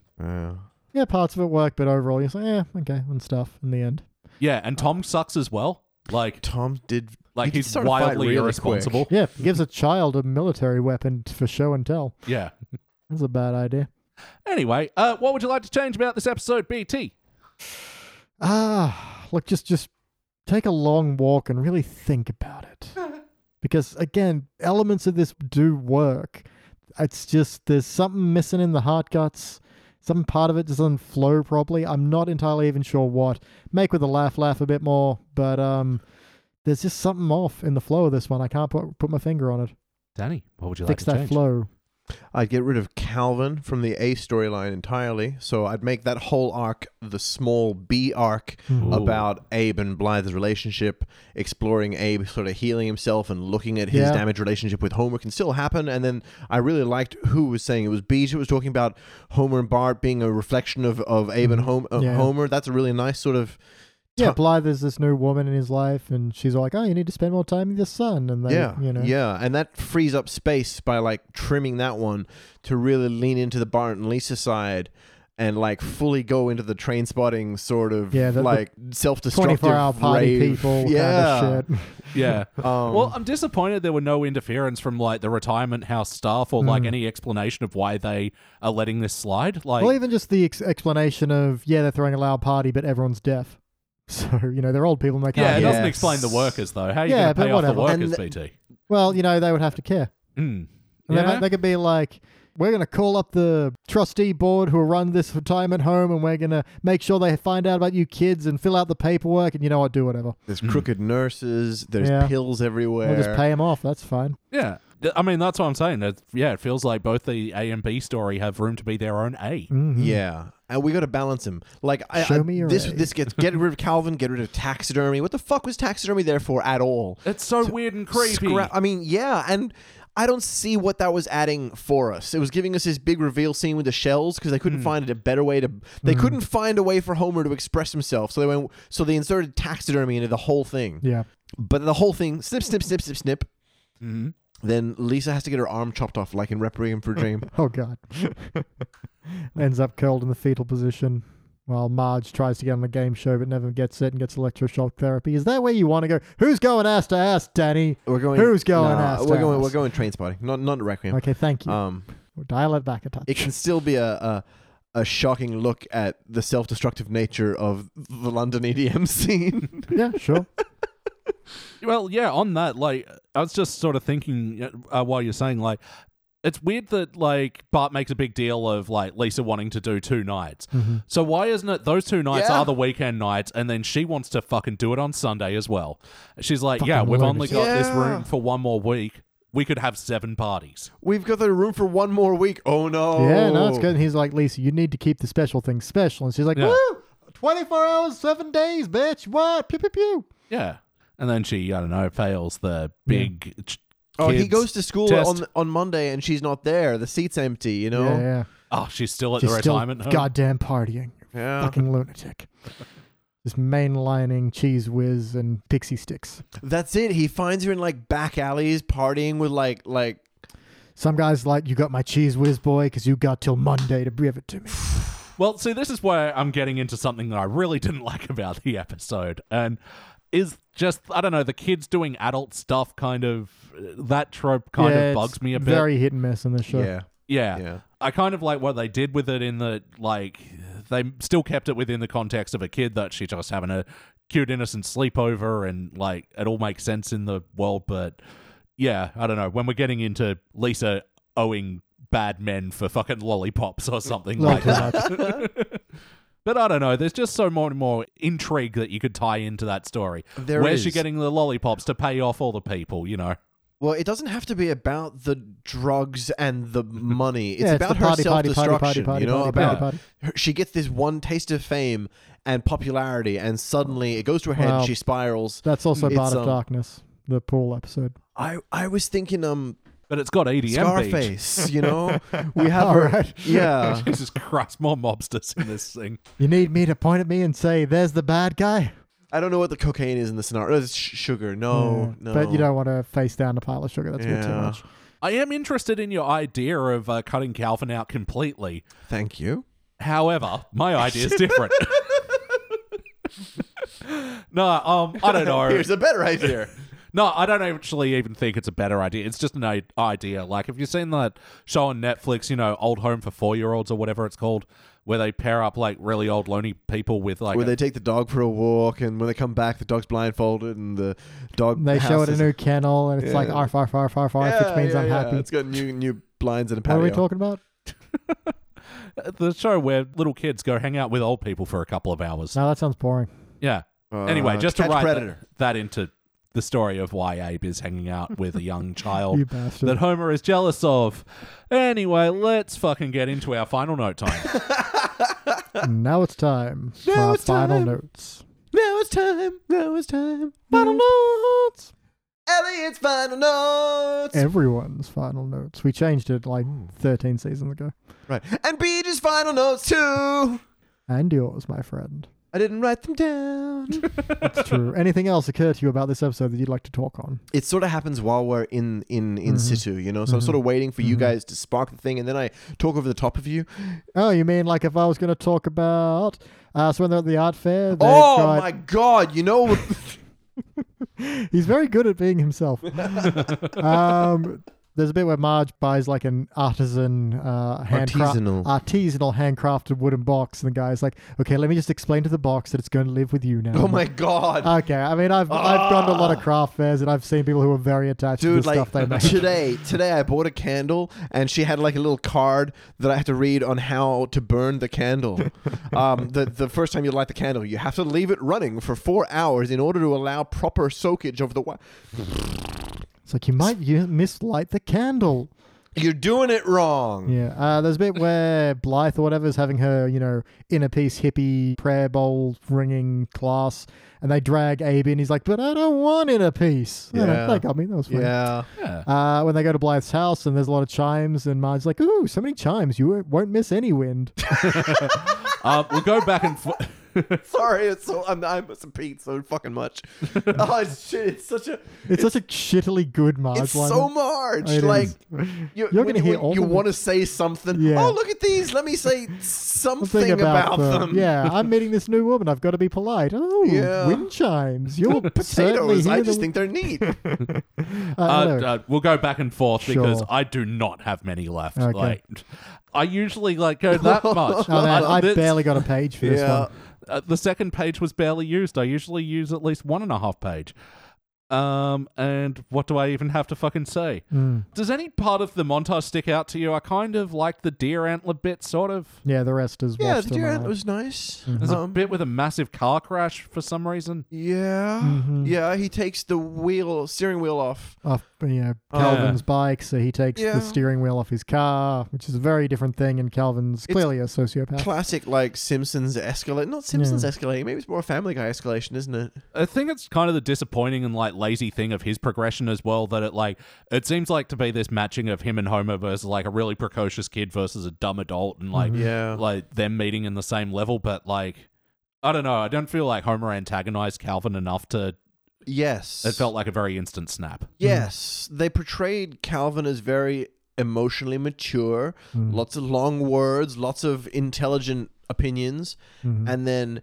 C: Yeah, parts of it work, but overall, you're like, yeah, okay, and stuff in the end.
B: Yeah, and Tom sucks as well. Like,
D: tom did
B: like
D: he
B: he's
D: started a fight
B: wildly
D: really quick.
B: irresponsible.
C: Yeah, gives a child a military weapon for show and tell.
B: Yeah.
C: That's a bad idea.
B: Anyway, uh, what would you like to change about this episode, BT?
C: Ah, look, just just take a long walk and really think about it, because again, elements of this do work. It's just there's something missing in the heart guts. Some part of it doesn't flow properly. I'm not entirely even sure what. Make with a laugh, laugh a bit more, but um, there's just something off in the flow of this one. I can't put put my finger on it.
B: Danny, what would you
C: Fix
B: like to
C: that
B: change?
C: flow.
D: i'd get rid of calvin from the a storyline entirely so i'd make that whole arc the small b arc
C: Mm-hmm.
B: Ooh.
D: about Abe and Blythe's relationship, exploring Abe sort of healing himself and looking at his
C: Yeah.
D: damaged relationship with Homer can still happen. And then I really liked who was saying it was Beach who was talking about Homer and Bart being a reflection of, of Abe
B: Mm-hmm.
D: and Hom- uh,
C: Yeah.
D: Homer. That's a really nice sort of.
C: Yeah,
D: Tom-
C: Blythe is this new woman in his life, and she's all like, "Oh, you need to spend more time with your son." And they,
D: yeah,
C: you know,
D: yeah, and that frees up space by like trimming that one to really lean into the Bart and Lisa side, and like fully go into the train spotting sort of
C: Yeah, the- the
D: like self-destructive
C: twenty-four hour party
D: rave.
C: people,
D: yeah.
C: kind of shit.
B: Yeah.
D: Um,
B: well, I'm disappointed there were no interference from like the retirement house staff or
C: Hmm.
B: like any explanation of why they are letting this slide. Like,
C: well, even just the ex- explanation of, "Yeah, they're throwing a loud party, but everyone's deaf," (laughs) so you know they're old people and they can't.
B: yeah, it
C: hear.
B: doesn't
D: yes.
B: explain the workers though. How are you
C: Yeah,
B: going to pay
C: but
B: off the
C: whatever.
B: workers,
D: And
B: BT?
C: Well, you know they would have to care.
B: Mm.
C: And they
B: Yeah?
C: might- they, could be like, "We're going to call up the trustee board who will run this retirement home, and we're going to make sure they find out about you kids and fill out the paperwork, and you know what, do whatever.
D: There's crooked nurses. There's
C: Yeah.
D: pills everywhere.
C: We'll just pay them off. That's fine."
B: yeah. Th- I mean, that's what I'm saying. That yeah, it feels like both the A and B story have room to be their own A.
C: Mm. Mm-hmm.
D: Yeah, and we got to balance them. Like, I,
C: Show
D: I-
C: me your
D: this.
C: A.
D: This gets get rid of Calvin. Get rid of taxidermy. What the fuck was taxidermy there for at all?
B: It's so, weird and creepy.
D: Scra- I mean, yeah, and I don't see what that was adding for us. It was giving us this big reveal scene with the shells because they
C: Hmm.
D: couldn't find a better way to. They couldn't find a way for Homer to express himself, so they went. So they inserted taxidermy into the whole thing.
C: Yeah.
D: But the whole thing, snip, snip, snip, snip, snip.
C: Mm-hmm.
B: Mhm.
D: Then Lisa has to get her arm chopped off, like in Requiem for a Dream.
C: Oh God. Ends up curled in the fetal position while Marge tries to get on the game show but never gets it and gets electroshock therapy. Is that where you want to go? Who's going ass to ass, Danny?
D: We're going.
C: (laughs) Who's going
D: Nah,
C: ass to
D: We're going.
C: ass?
D: We're going train spotting. Not not requiem.
C: Okay, thank
B: Uh,
C: you.
D: Um,
C: We'll dial it back a touch.
D: it
C: (laughs)
D: can still be a, a a shocking look at the self-destructive nature of the London EDM (laughs) scene.
C: yeah,
B: (laughs)
C: sure.
B: Well, yeah, on that, like, I was just sort of thinking uh, while you're saying, like, it's weird that, like, Bart makes a big deal of, like, Lisa wanting to do two nights.
C: Mm-hmm.
B: So why isn't it those two nights
D: Yeah.
B: are the weekend nights, and then she wants to fucking do it on Sunday as well? She's like, yeah,
C: Fucking
B: we've only
C: lunatic.
B: got this
D: Yeah.
B: room for one more week. we could have seven parties.
D: We've got the room for one more week. Oh no.
C: Yeah, no, it's good. And he's like, Lisa, you need to keep the special thing special. And she's like,
B: Yeah.
C: woo, 24 hours, seven days, bitch. What? Pew, pew, pew.
B: Yeah. And then she, I don't know, fails the big. ch-
D: Oh, he
B: kids
D: goes to school
B: test.
D: on on Monday and she's not there. The seat's empty, you know?
C: Yeah, yeah.
B: Oh, she's still at
C: Just
B: the
C: still
B: retirement home. Uh.
C: goddamn partying.
D: Yeah.
C: Fucking lunatic. Just mainlining cheese whiz and pixie sticks.
D: That's it. He finds her in like back alleys partying with like like
C: Some guy's like, you got my cheese whiz, boy, because you got till Monday to give it to me.
B: Well, see, this is where I'm getting into something that I really (laughs) didn't like about the episode, and is just I don't know the kids doing adult stuff. Kind of uh, that trope kind
C: Yeah,
B: of
C: it's
B: bugs me a bit.
C: Very hit and miss in this show.
D: yeah.
B: yeah.
D: Yeah.
B: I kind of like what they did with it in the like they still kept it within the context of a kid that she's just having a cute innocent sleepover, and like it all makes sense in the world. But yeah, I don't know when we're getting into Lisa owing bad men for fucking lollipops or something
C: Not
B: like
C: too
B: that.
D: (laughs)
C: much.
B: But I don't know. There's just so more and more intrigue that you could tie into that story.
D: There
B: Where's
D: is.
B: she getting the lollipops to pay off all the people? You know.
D: Well, it doesn't have to be about the drugs and
C: (laughs)
D: the money. It's
C: Yeah,
D: about
C: the
D: her
C: party,
D: self
C: party, party,
D: destruction.
C: party, party,
D: You know,
C: party,
D: about
C: party,
D: her- she gets this one taste of fame and popularity, and suddenly it goes to her head.
C: Wow.
D: and She spirals.
C: That's also
D: It's,
C: Bart of
D: um,
C: Darkness, the Paul episode.
D: I I was thinking, um,
B: But it's got EDM. beach. (laughs)
D: Scarface. You
C: (laughs)
D: know, we have
C: All
D: her.
C: right.
D: Yeah.
B: Jesus Christ, more mobsters in this thing.
C: You need me to point at me and say, "There's the bad guy."
D: I don't know what the cocaine is in the scenario. Oh, It's sh- sugar. No,
C: Yeah.
D: Oh, no.
C: But you don't want to face down a pile of sugar. That's a bit too
D: Yeah.
C: much.
B: I am interested in your idea of uh, cutting Calvin out completely.
D: Thank you.
B: However, my idea is
D: (laughs)
B: different. (laughs) no, um, (laughs) I don't know.
D: (laughs) Here's a better idea.
B: (laughs) No, I don't actually even think it's a better idea. It's just an i- idea. Like, have you seen that show on Netflix, you know, Old Home for Four Year Olds or whatever it's called, where they pair up like really old, lonely people with like.
D: Where
B: a-
D: they take the dog for a walk, and when they come back, the dog's blindfolded, and the dog.
C: They show
D: house
C: it a
D: is-
C: new kennel, and it's like
D: Yeah.
C: arf, arf, arf, arf, (laughs) arf, which means I'm happy.
D: It's got new new blinds and a
C: what
D: patio.
C: are we talking about?
B: the show where little kids go hang out with old people for a couple of hours.
C: No, that sounds boring.
B: Yeah.
D: Uh,
B: anyway, just to
D: Catch
B: write
D: Predator.
B: that, that into the story of why Abe is hanging out with a
D: (laughs)
B: young
C: You
D: Oh.
B: child
C: bastard.
B: that Homer is jealous of. Anyway, let's fucking get into our final note time.
D: (laughs)
C: now it's time for
D: Now
C: our
D: it's
C: final
D: time.
C: notes.
D: Now it's time. Now it's time. Final notes. Elliot's final notes.
C: Everyone's final notes. We changed it like 13 seasons ago.
D: right. And Beach's final notes too.
C: And yours, my friend.
D: I didn't write them down.
C: That's
D: (laughs)
C: true. Anything else occur to you about this episode that you'd like to talk on?
D: it sort of happens while we're in in in situ, you know. So I'm sort of waiting for you guys to spark the thing, and then I talk over the top of you.
C: Oh, you mean like if I was going to talk about. Uh, so when they're at the art fair, they've
D: oh
C: got-
D: my (laughs) god! You know,
C: He's very good at being
D: (laughs)
C: himself. um, there's a bit where Marge buys like an artisan, uh, handcra-
D: Artisanal.
C: artisanal handcrafted wooden box, and the guy's like, "Okay, let me just explain to the box that it's going to live with you now."
D: oh my (laughs) god.
C: Okay, I mean, I've I've gone to a lot of craft fairs, and I've seen people who are very attached to
D: Ah. Dude,
C: the
D: like
C: stuff they make.
D: (laughs) today, today I bought a candle and she had like a little card that I had to read on how to burn the (laughs) candle. um, the the first time you light the candle, you have to leave it running for four hours in order to allow proper soakage of the wax.
C: It's like you might you mislight the candle.
D: You're doing it wrong.
C: Yeah, uh, there's a bit where Blythe or whatever's having her, you know, inner peace hippie prayer bowl ringing class, and they drag Abe in. He's like, "But I don't want inner peace." I don't-
D: Yeah.
C: they got me. That was funny.
D: Yeah.
B: yeah.
C: Uh, when they go to Blythe's house and there's a lot of chimes, and Marge's like, "Ooh, so many chimes, you won't- won't miss any wind."
B: Uh, we'll go back and forth.
D: Sorry, it's so I'm I must repeat so
C: (laughs)
D: fucking much. oh shit, it's such a
C: It's such a shittily good Marge
D: it's
C: line.
D: so Marge.
C: It
D: like
C: is.
D: you,
C: You're
D: when
C: gonna
D: you-
C: hear
D: when
C: all
D: you
C: the-
D: want to say something.
C: Yeah.
D: Oh, look at these. Let
C: (laughs)
D: me say something,
C: Something
D: about, them.
C: Yeah, I'm meeting this new woman. I've got to be polite. Oh,
D: Yeah.
C: wind chimes. You'll certainly
D: (laughs) potatoes.
C: hear
D: I
C: the
D: just think they're neat.
C: Uh,
B: Uh,
C: no.
B: uh, we'll go back and forth because
C: Sure.
B: I do not have many left.
C: Okay.
B: Like, I usually like go that much.
C: (laughs)
B: Uh,
C: Oh, man, I
B: this-
C: barely got a page for (laughs) this
D: Yeah.
C: one.
B: uh, the second page was barely used. I usually use at least one and a half page. Um, and what do I even have to fucking say?
C: Mm.
B: Does any part of the montage stick out to you? I kind of like the deer antler bit, sort of.
C: Yeah, the Mm-hmm. rest is uh,
D: Yeah,
C: what's
D: the
C: still
D: deer
C: alive.
D: antler was nice.
B: There's a
D: Um,
B: bit with a massive car crash for some reason.
D: yeah,
C: Mm-hmm.
D: yeah. He takes the wheel, steering wheel off.
C: off you know
B: Oh,
C: Calvin's bike, so he takes
D: Yeah.
C: the steering wheel off his car, which is a very different thing. And Calvin's clearly a sociopath.
D: Classic like Simpsons escalate. Not Simpsons escalate. Maybe it's more Family Guy escalation, isn't it?
B: I think it's kind of the disappointing and like lazy thing of his progression as well that it like it seems like to be this matching of him and Homer versus like a really precocious kid versus a dumb adult and like
C: Mm-hmm.
D: Mm-hmm. Yeah.
B: like them meeting in the same level but like I don't know I don't feel like Homer antagonized Calvin enough to
D: Yes.
B: it felt like a very instant snap.
C: Hmm.
D: Yes, they portrayed Calvin as very emotionally mature,
C: Hmm.
D: lots of long words, lots of intelligent opinions,
C: Mm-hmm. Hmm.
D: and then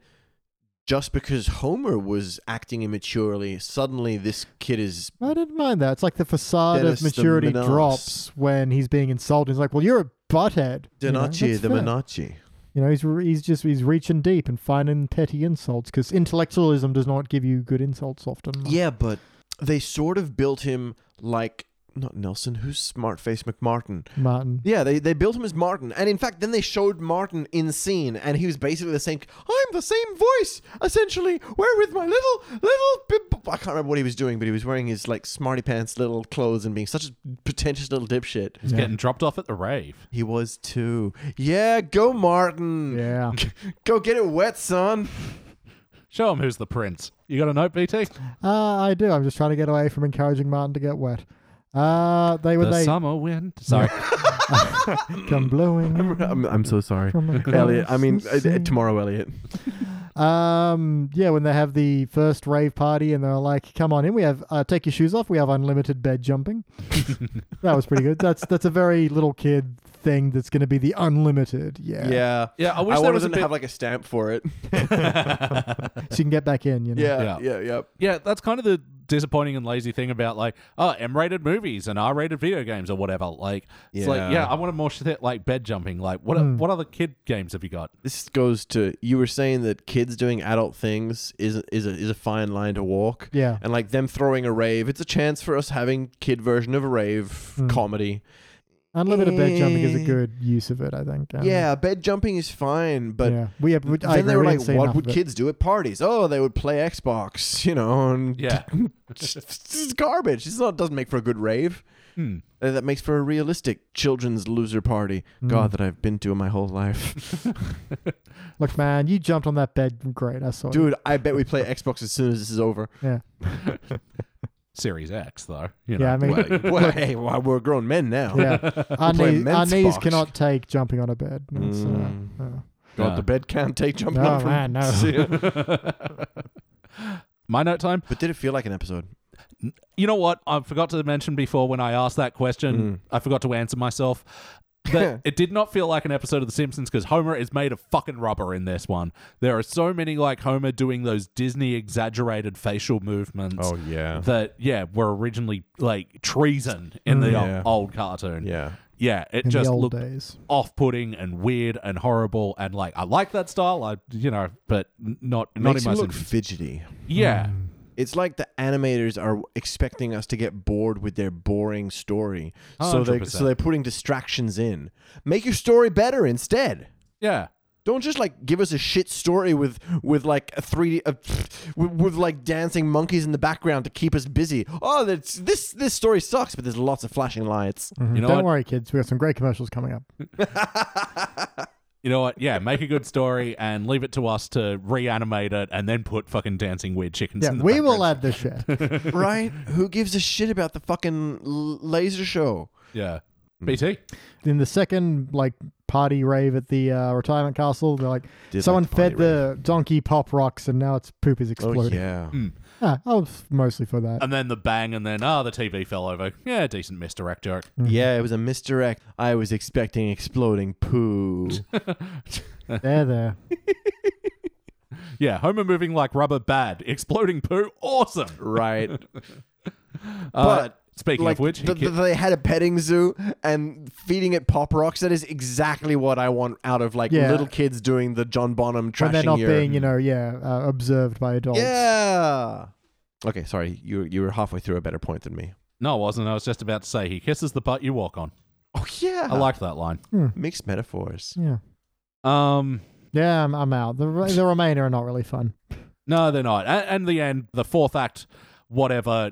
D: just because Homer was acting immaturely, suddenly this kid is
C: I didn't mind that. It's like the facade
D: Dennis
C: of
D: the
C: maturity
D: Menace.
C: drops when he's being insulted. He's like, "Well, you're a butthead." You know,
D: Denachi
C: that's
D: the
C: fair.
D: Menachi.
C: You know, he's re- he's just he's reaching deep and finding petty insults because intellectualism does not give you good insults often.
D: Yeah, but they sort of built him like not Nelson, who's smart face McMartin.
C: Martin.
D: Yeah, they, they built him as Martin, and in fact, then they showed Martin in scene, and he was basically the same. I'm the same voice, essentially. Where with my little little? bi- b-" I can't remember what he was doing, but he was wearing his like smarty pants, little clothes, and being such a pretentious little dipshit.
B: He's getting dropped off at the rave.
D: He was too. Yeah, go Martin.
C: Yeah.
D: Go get it wet, son.
B: Show him who's the prince. You got a note, BT?
C: Uh, I do. I'm just trying to get away from encouraging Martin to get wet. Uh, they were
B: The
C: they
B: summer wind. Sorry.
C: come
D: (laughs)
C: blowing.
D: I'm, I'm so sorry,
C: From across the sea.
D: uh, tomorrow, Elliot.
C: Um, yeah, when they have the first rave party and they're like, "Come on in, we have uh, take your shoes off, we have unlimited bed jumping." that was pretty good. That's that's a very little kid thing. That's going to be the unlimited, yeah.
D: Yeah,
B: yeah, I
D: I,
B: wish there
D: wanted
B: was a
D: them to
B: bit
D: have like a stamp for it.
C: So you can get back in, you know.
D: Yeah, yeah, yeah.
B: Yeah, that's kind of the disappointing and lazy thing about like oh M-rated movies and R-rated video games or whatever. Like it's like
D: Yeah.
B: yeah, I wanted more shit like bed jumping. Like what what other kid games have you got?
D: This goes to you were saying that kids doing adult things is is a, is a fine line to walk.
C: Yeah.
D: and like them throwing a rave, it's a chance for us having kid version of a rave
C: Hmm.
D: comedy.
C: Unlimited bed jumping is a
D: Eh.
C: good use of it, I think. Um,
D: Yeah, bed jumping is fine, but.
C: yeah. We have. We, I
D: then
C: agree,
D: they were
C: we
D: like,
C: didn't see
D: "What
C: enough
D: would
C: of it.
D: kids do at parties? Oh, they would play Xbox, (laughs) you know." And
B: Yeah.
D: this is garbage. This not doesn't make for a good rave.
B: Hmm. (laughs)
D: Uh, That makes for a realistic children's loser party.
C: Hmm. Mm.
D: God, that I've been to my whole life. (laughs)
C: Look, man, you jumped on that bed. Great, I saw you.
D: Dude, I bet we play Xbox as soon as this is
C: (laughs)
D: over.
C: Yeah.
B: Series X though. You know.
C: Yeah, I mean,
D: Well, well, hey, well, we're grown men now.
C: yeah. Our,
D: play
C: knees, our
D: men's
C: knees
D: box.
C: cannot take jumping on a bed. It's, uh, uh,
D: God,
B: Yeah.
D: the bed can't (laughs) take jumping
C: No,
D: up from
C: Oh, man,
D: (laughs)
C: no.
B: My note time.
D: But did it feel like an episode?
B: You know what? I forgot to mention before when I asked that question, I forgot to answer myself. That it did not feel like an episode of The Simpsons because Homer is made of fucking rubber in this one. There are so many like Homer doing those Disney exaggerated facial movements.
D: Oh, yeah.
B: that yeah were originally like treason in the
D: Yeah.
B: o- old cartoon.
D: Yeah.
B: Yeah, it
C: Mm. in
B: just
C: the old
B: looked
C: days.
B: off-putting and weird and horrible and like I like that style, I you know, but n- not not in
D: Makes
B: my
D: him look
B: Simpsons.
D: fidgety.
B: yeah.
C: mm.
D: It's like the animators are expecting us to get bored with their boring story. So they
B: 100%.
D: so they're putting distractions in. Make your story better instead.
B: Yeah.
D: Don't just like give us a shit story with with like a three D a, with, with like dancing monkeys in the background to keep us busy. Oh, that's, this this story sucks, but there's lots of flashing lights.
B: You know
C: Mm, Don't
B: what?
C: worry, kids. We have some great commercials coming up.
B: You know what? Yeah, make a good story and leave it to us to reanimate it and then put fucking dancing weird chickens
C: Yeah,
B: in the
C: we will
B: background.
C: add the shit.
D: right? Who gives a shit about the fucking l- laser show?
B: Yeah.
C: Mm.
B: BT.
C: in the second like party rave at the uh, retirement castle, they're like
D: Did
C: someone
D: like the
C: fed (laughs)
D: party
C: the donkey pop rocks, and now its poop is exploding.
D: Oh, yeah.
C: (laughs) Ah, I was mostly for
B: (laughs)
C: that.
B: And then the bang and then ah the TV fell over. Yeah, decent misdirect joke.
C: Mm.
D: Yeah, it was a misdirect. I was expecting exploding (laughs) poo.
C: there, there.
B: Yeah, Homer moving like rubber bad, exploding poo, awesome.
D: right.
B: Uh,
D: But,
B: speaking
D: like
B: of which, he
D: th-
B: ki-
D: th- they had a petting zoo and feeding it pop rocks. That is exactly what I want out of like
C: Yeah.
D: little kids doing the John Bonham
C: When they're
D: trashing
C: not
D: your.
C: being, you know, yeah, uh, observed by adults.
D: yeah. Okay, sorry. You you were halfway through a better point than me.
B: No, I wasn't. I was just about to say he kisses the butt you walk on.
D: Oh yeah.
B: I liked that line.
D: mixed metaphors.
C: Hmm. Yeah.
B: Um,
C: Yeah, I'm, I'm out. The, re- the remainder are not really fun.
B: no, they're not. And, and the end, the fourth act, whatever.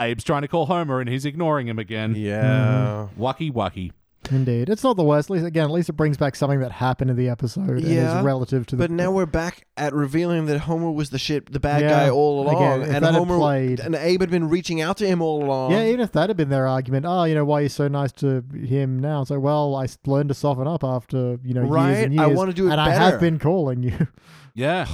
B: Abe's trying to call Homer and he's ignoring him again.
C: Mm-hmm.
D: Yeah.
B: Wacky wacky.
C: Indeed. It's not the worst. At least, again, at least it brings back something that happened in the episode and
D: Yeah,
C: is relative to the.
D: But now we're back at revealing that Homer was the shit, the bad
C: Yeah.
D: guy all
C: Again,
D: along,
C: if
D: and
C: that had
D: Homer
C: played-
D: and Abe had been reaching out to him all along.
C: yeah, even if that had been their argument, oh, you know, why are you so nice to him now? It's like, well, I s- learned to soften up after, you know, years
D: Right?
C: and years.
D: I wanna do it
C: And I
D: better.
C: have been calling you. (laughs)
B: Yeah.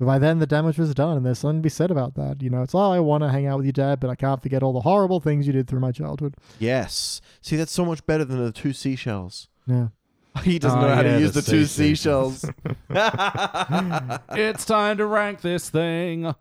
C: But by then, the damage was done, and there's something to be said about that. You know, it's, oh, I want to hang out with your dad, but I can't forget all the horrible things you did through my childhood.
D: Yes. See, that's so much better than the two seashells.
C: Yeah.
D: (laughs) He doesn't
B: Oh,
D: know how
B: yeah,
D: to use
B: the
D: the, two
B: sea
D: seashells.
B: it's time to rank this thing.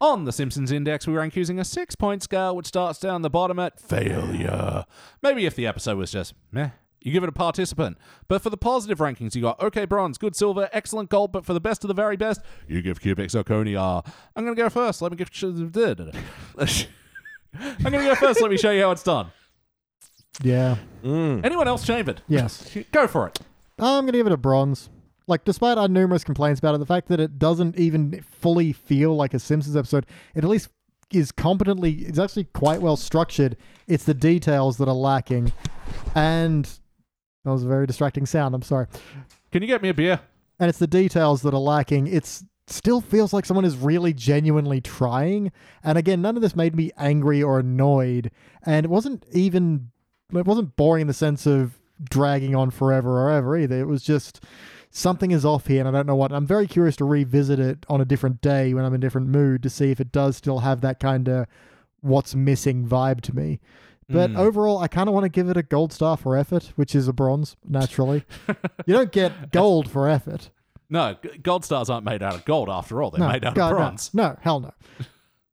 B: On the Simpsons Index, we rank using a six point scale, which starts down the bottom at failure. Maybe if the episode was just meh, you give it a participant. But for the positive rankings, you got okay bronze, good silver, excellent gold, but for the best of the very best, you give Cubic Zirconia. I'm going to go first. Let me give. (laughs)
D: (laughs)
B: I'm going to go first. Let me show you how it's done.
C: Yeah.
B: Anyone else chambered?
C: Yes.
B: Go for it.
C: I'm going to give it a bronze. Like, despite our numerous complaints about it, the fact that it doesn't even fully feel like a Simpsons episode, it at least is competently, it's actually quite well structured. It's the details that are lacking. And that was a very distracting sound, I'm sorry.
B: Can you get me a beer?
C: And it's the details that are lacking. It's still feels like someone is really genuinely trying. And again, none of this made me angry or annoyed. And it wasn't even, it wasn't boring in the sense of dragging on forever or ever either. It was just something is off here and I don't know what. I'm very curious to revisit it on a different day when I'm in a different mood to see if it does still have that kind of what's missing vibe to me. But overall, I kind of want to give it a gold star for effort, which is a bronze, naturally. you don't get gold for effort.
B: No, g- gold stars aren't made out of gold after all. They're made out of
C: God, no.
B: bronze.
C: No, hell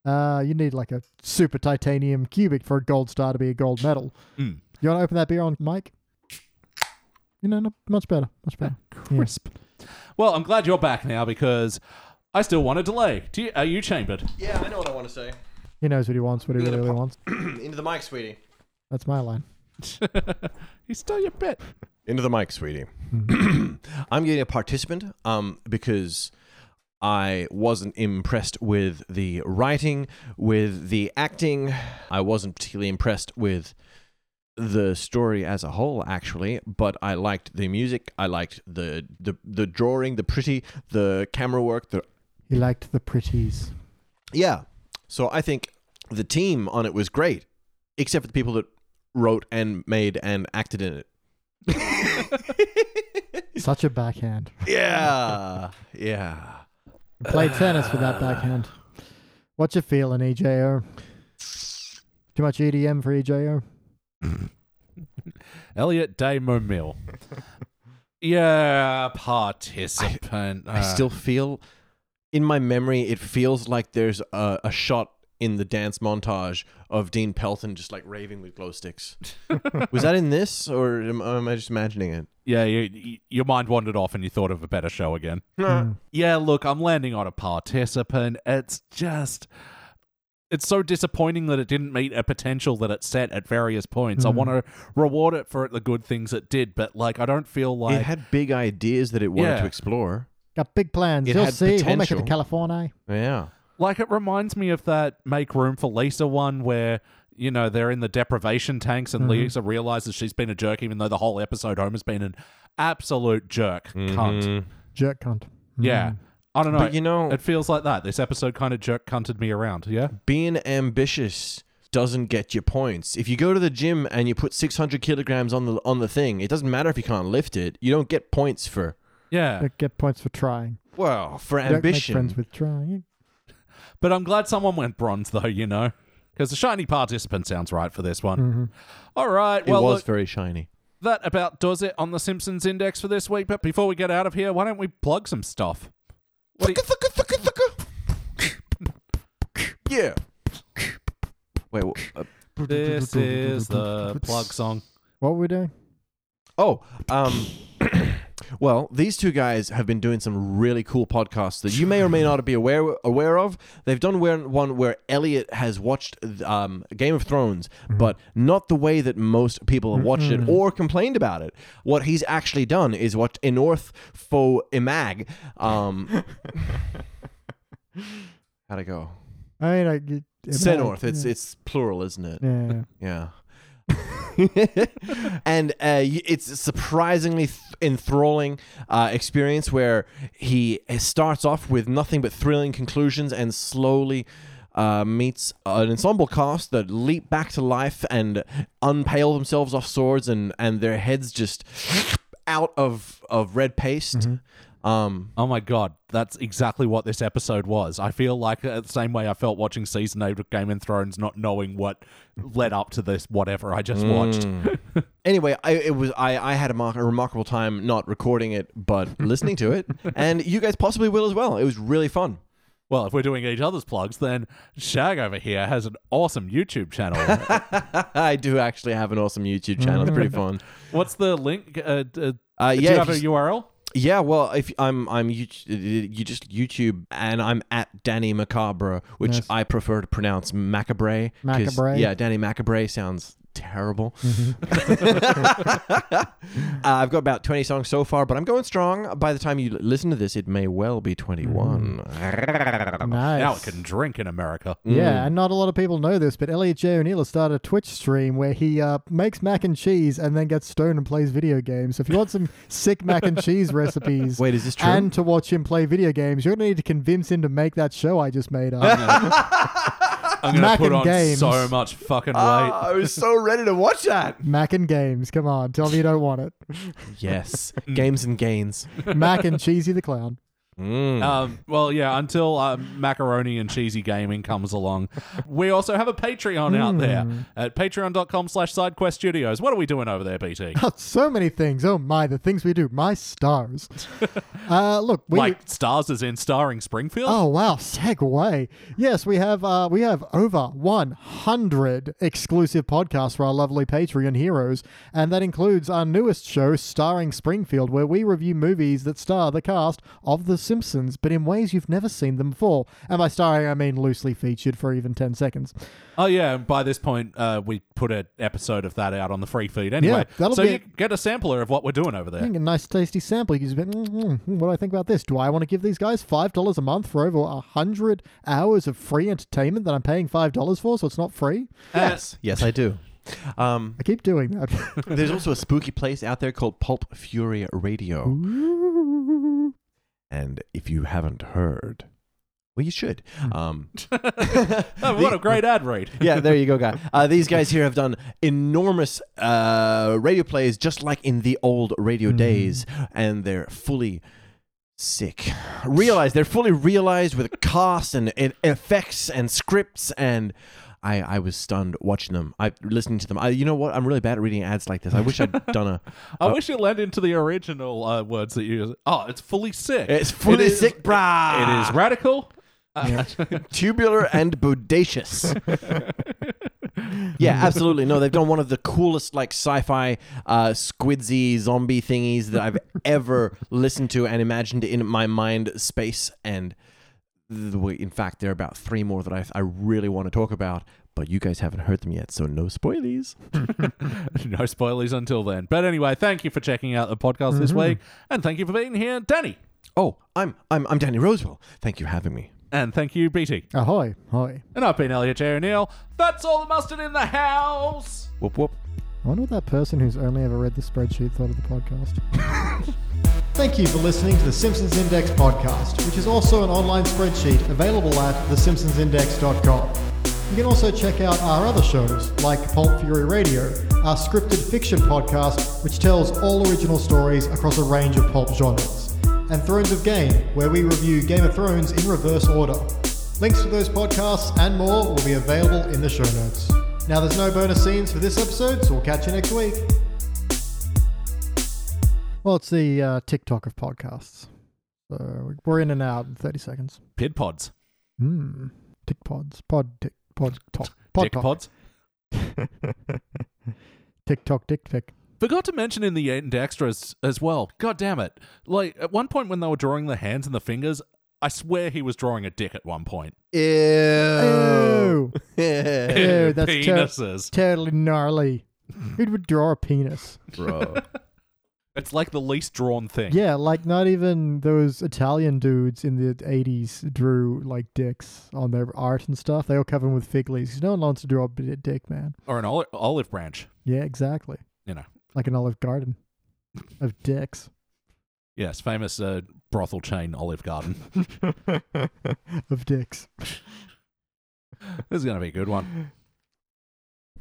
C: no. Uh, you need like a super titanium cubic for a gold star to be a gold medal.
B: Mm.
C: You want to open that beer on Mike? You know, not, much better, much better. Yeah.
B: crisp. Well, I'm glad you're back now because I still want a delay. Do you, are you chambered?
D: yeah, I know what I want to say. (clears throat)
C: He knows what he wants, what he really, really wants.
D: Into the mic, sweetie.
C: That's my line.
B: You stole your bit.
D: Into the mic, sweetie. (clears throat) I'm getting a participant um, because I wasn't impressed with the writing, with the acting. I wasn't particularly impressed with the story as a whole, actually, but I liked the music. I liked the the, the drawing, the pretty, the camera work, the
C: He liked the pretties.
D: yeah. So I think the team on it was great, except for the people that wrote and made and acted in it.
C: Such a backhand.
D: Yeah. Yeah.
C: He played tennis with that backhand. What you feeling, EJO? Too much EDM for E EJO?
B: Elliot Day Momil. yeah, participant. Uh,
D: I still feel, in my memory, it feels like there's a, a shot in the dance montage of Dean Pelton just like raving with
B: (laughs)
D: glow sticks. was that in this, or am, am I just imagining it?
B: yeah, you, you, your mind wandered off and you thought of a better show again.
C: Hmm.
D: Mm.
B: Yeah, look, I'm landing on a participant. It's just. It's so disappointing that it didn't meet a potential that it set at various points.
D: Mm.
B: I want to reward it for the good things it did, but like I don't feel like
D: it had big ideas that it wanted
B: Yeah.
D: to explore.
C: Got big plans.
D: It
C: You'll
D: had
C: see. We'll make it to
D: potential.
C: California.
D: Yeah.
B: Like it reminds me of that make room for Lisa one where you know they're in the deprivation tanks and
D: Mm-hmm.
B: Lisa realizes she's been a jerk even though the whole episode Homer's been an absolute jerk cunt.
C: Jerk cunt.
B: Yeah. I don't know.
D: Mm-hmm. But you know-
B: it feels like that. This episode kind of jerk cunted me around. Yeah.
D: Being ambitious doesn't get you points. If you go to the gym and you put 600 kilograms on the on the thing, it doesn't matter if you can't lift it. You don't get points for
B: Yeah.
C: Don't Get points for trying.
D: well for
C: Don't make
D: ambition.
C: friends with trying.
B: But I'm glad someone went bronze though, you know. Because the shiny participant sounds right for this one. All right.
D: Mm-hmm. it
B: well,
D: was
B: look,
D: very shiny.
B: that about does it on the Simpsons Index for this week. But before we get out of here, why don't we plug some stuff? What do you-
D: Yeah. Wait. wha- uh,
B: This is the plug song.
C: What were we doing?
D: oh. Um. (coughs) Well, these two guys have been doing some really cool podcasts that you may or may not be aware aware of. They've done where, one where Elliot has watched um, Game of Thrones, but not the way that most people have watched it or complained about it. What he's actually done is what Enorth Fo Imag. Um, how'd I go?
C: I mean, I, it, it-
D: Senorth. It's
C: yeah.
D: it's plural, isn't it?
C: yeah.
D: Yeah. (laughs) and uh, y- it's a surprisingly th- enthralling uh, experience where he starts off with nothing but thrilling conclusions and slowly uh, meets an ensemble cast that leap back to life and unpale themselves off swords and, and their heads just out of, of red paste. Um,
B: Oh my god, that's exactly what this episode was. I feel like uh, the same way I felt watching season eight of Game of Thrones, not knowing what led up to this whatever I just watched.
D: anyway, I it was I, I had a, mar- a remarkable time not recording it but listening to it, and you guys possibly will as well. It was really fun.
B: Well, if we're doing each other's plugs, then Shag over here has an awesome YouTube (laughs) channel.
D: I do actually have an awesome YouTube channel. It's
B: (laughs)
D: pretty fun.
B: What's the link? Uh, d- uh,
D: Uh,
B: Mm. do
D: yeah,
B: you have a
D: if you-
B: URL?
D: Yeah, well, if I'm I'm you, you just YouTube and I'm at Danny Macabre, which
C: Yes.
D: I prefer to pronounce Macabre. 'cause-
C: Macabre.
D: Yeah, Danny Macabre sounds
B: (laughs)
D: terrible.
B: Mm-hmm.
D: (laughs) uh, I've got about 20 songs so far, but I'm going strong. By the time you l- listen to this, it may well be 21.
B: Mm-hmm. (laughs)
C: Nice.
B: Now it can Mm. drink in America.
C: Yeah, and not a lot of people know this, but Elliot J. O'Neill has started a Twitch stream where he uh, makes mac and cheese and then gets stoned and plays video games. So if you
B: (laughs)
C: want some sick mac and cheese recipes
D: Wait, is this true?
C: and to watch him play video games, you're going to need to convince him to make that show I just
B: (laughs)
C: made up.
B: I'm gonna
C: Mac
B: put
C: and
B: on
C: games.
B: so much fucking weight.
D: Ah, I was so ready to watch that.
C: mac and games, come on, tell me you don't want it.
B: (laughs)
D: Yes, games and gains.
C: Mac and Cheesy the Clown.
D: Mm.
B: Um, well, yeah, until uh, macaroni and cheesy gaming comes along. We also have a Patreon out there at patreon.com slash sidequest studios. What are we doing over there, BT?
C: Oh, (laughs) so many things. Oh my, the things we do. My stars. Uh, look, we
B: like stars as in starring Springfield?
C: Oh wow, segue. Yes, we have uh, we have over 100 exclusive podcasts for our lovely Patreon heroes, and that includes our newest show, Starring Springfield, where we review movies that star the cast of The Simpsons, but in ways you've never seen them before. And by starring, I mean loosely featured for even 10 seconds.
B: Oh yeah, and by this point, uh, we put an episode of that out on the free feed anyway.
C: Yeah, that'll
B: so
C: be- Hmm.
B: you get a sampler of what we're doing over
C: I
B: there.
C: think a nice tasty sample. You can just be, "Mm, mm, mm, what do I think about this? Do I want to give these guys five dollars a month for over a hundred hours of free entertainment that I'm paying five dollars for? So it's not free.
D: yes, yes, I do. Um,
C: I keep doing that. (laughs)
D: There's also a spooky place out there called Pulp Fury Radio. And if you haven't heard, well, you should.
B: (laughs)
D: Um,
B: Oh, Hmm. what a great ad read.
D: (laughs) yeah, there you go, guy. Uh, these guys here have done enormous uh, radio plays, just like in the old
B: Hmm.
D: radio days, and they're fully sick. Realized they're fully realized with cast and, and effects and scripts and. I, I was stunned watching them. I listening to them. I, you know what? I'm really bad at reading ads like this. I wish I'd done a.
B: (laughs) I wish it led into the original uh, words that you use. Oh, it's fully sick.
D: It's fully
B: It is-
D: sick, brah.
B: It is radical. Uh,
D: tubular and (laughs) bodacious. yeah, absolutely. No, they've done one of the coolest like sci-fi uh, squidsy zombie thingies that I've ever listened to and imagined in my mind space. And th- we- in fact, there are about three more that I, I really want to talk about. But you guys haven't heard them yet, so no spoilies.
B: (laughs) no spoilers until then. But anyway, thank you for checking out the podcast this week, and thank you for being here, Danny,
D: Oh, I'm I'm I'm Danny Rosewell. Thank you for having me.
B: and thank you, BT,
C: Ahoy, hoy.
B: and I've been Elliot J. O'Neill. That's all the mustard in the house.
D: Whoop whoop.
C: I wonder what that person who's only ever read the spreadsheet thought of the podcast. Thank you for listening to the Simpsons Index podcast, which is also an online spreadsheet available at thesimpsonsindex.com. You can also check out our other shows, like Pulp Fury Radio, our scripted fiction podcast, which tells all original stories across a range of pulp genres, and Thrones of Game, where we review Game of Thrones in reverse order. Links to those podcasts and more will be available in the show notes. Now, there's no bonus scenes for this episode, so we'll catch you next week. Well, it's the uh, TikTok of podcasts. So we're in and out in 30 seconds.
B: Pid pods,
C: Hmm. Tick pods. Pod tick. Pod talk. Pod
B: dick
C: talk.
B: pods.
C: Tick tock. Dick pic.
B: Forgot to mention in the end extras as well. God damn it. Like, at one point when they were drawing the hands and the fingers, I swear he was drawing a dick at one point.
D: Ew. (laughs)
C: Ew. Ew, that's ter-
B: Penises.
C: totally gnarly. Who would draw a penis?
D: Bro.
B: It's like the least drawn thing.
C: Yeah, like not even those Italian dudes in the 80s drew like dicks on their art and stuff. They all covered them with fig leaves. 'cause No one wants to draw a bit of dick, man.
B: Or an oli- olive branch,
C: Yeah, exactly.
B: you know.
C: Like an olive garden of dicks.
B: Yes, famous uh, brothel chain Olive Garden. (laughs)
C: of dicks.
B: this is going to be a good one.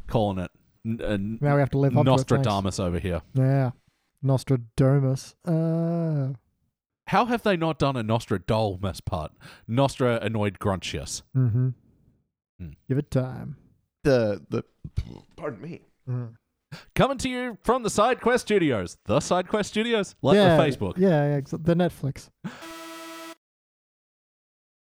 B: Calling it. N- uh, n-
C: Now we have to live up to
B: Nostradamus over here.
C: it. thanks. Yeah. Nostradamus. Uh,
B: How have they not done a Nostra Dolmus part? Nostra annoyed Gruntius.
C: mm-hmm.
B: Hmm.
C: Give it time.
D: the the pardon me.
C: Mm.
B: Coming to you from the SideQuest Studios. The SideQuest Studios? Like
C: yeah,
B: the Facebook.
C: Yeah, yeah, exa- the Netflix.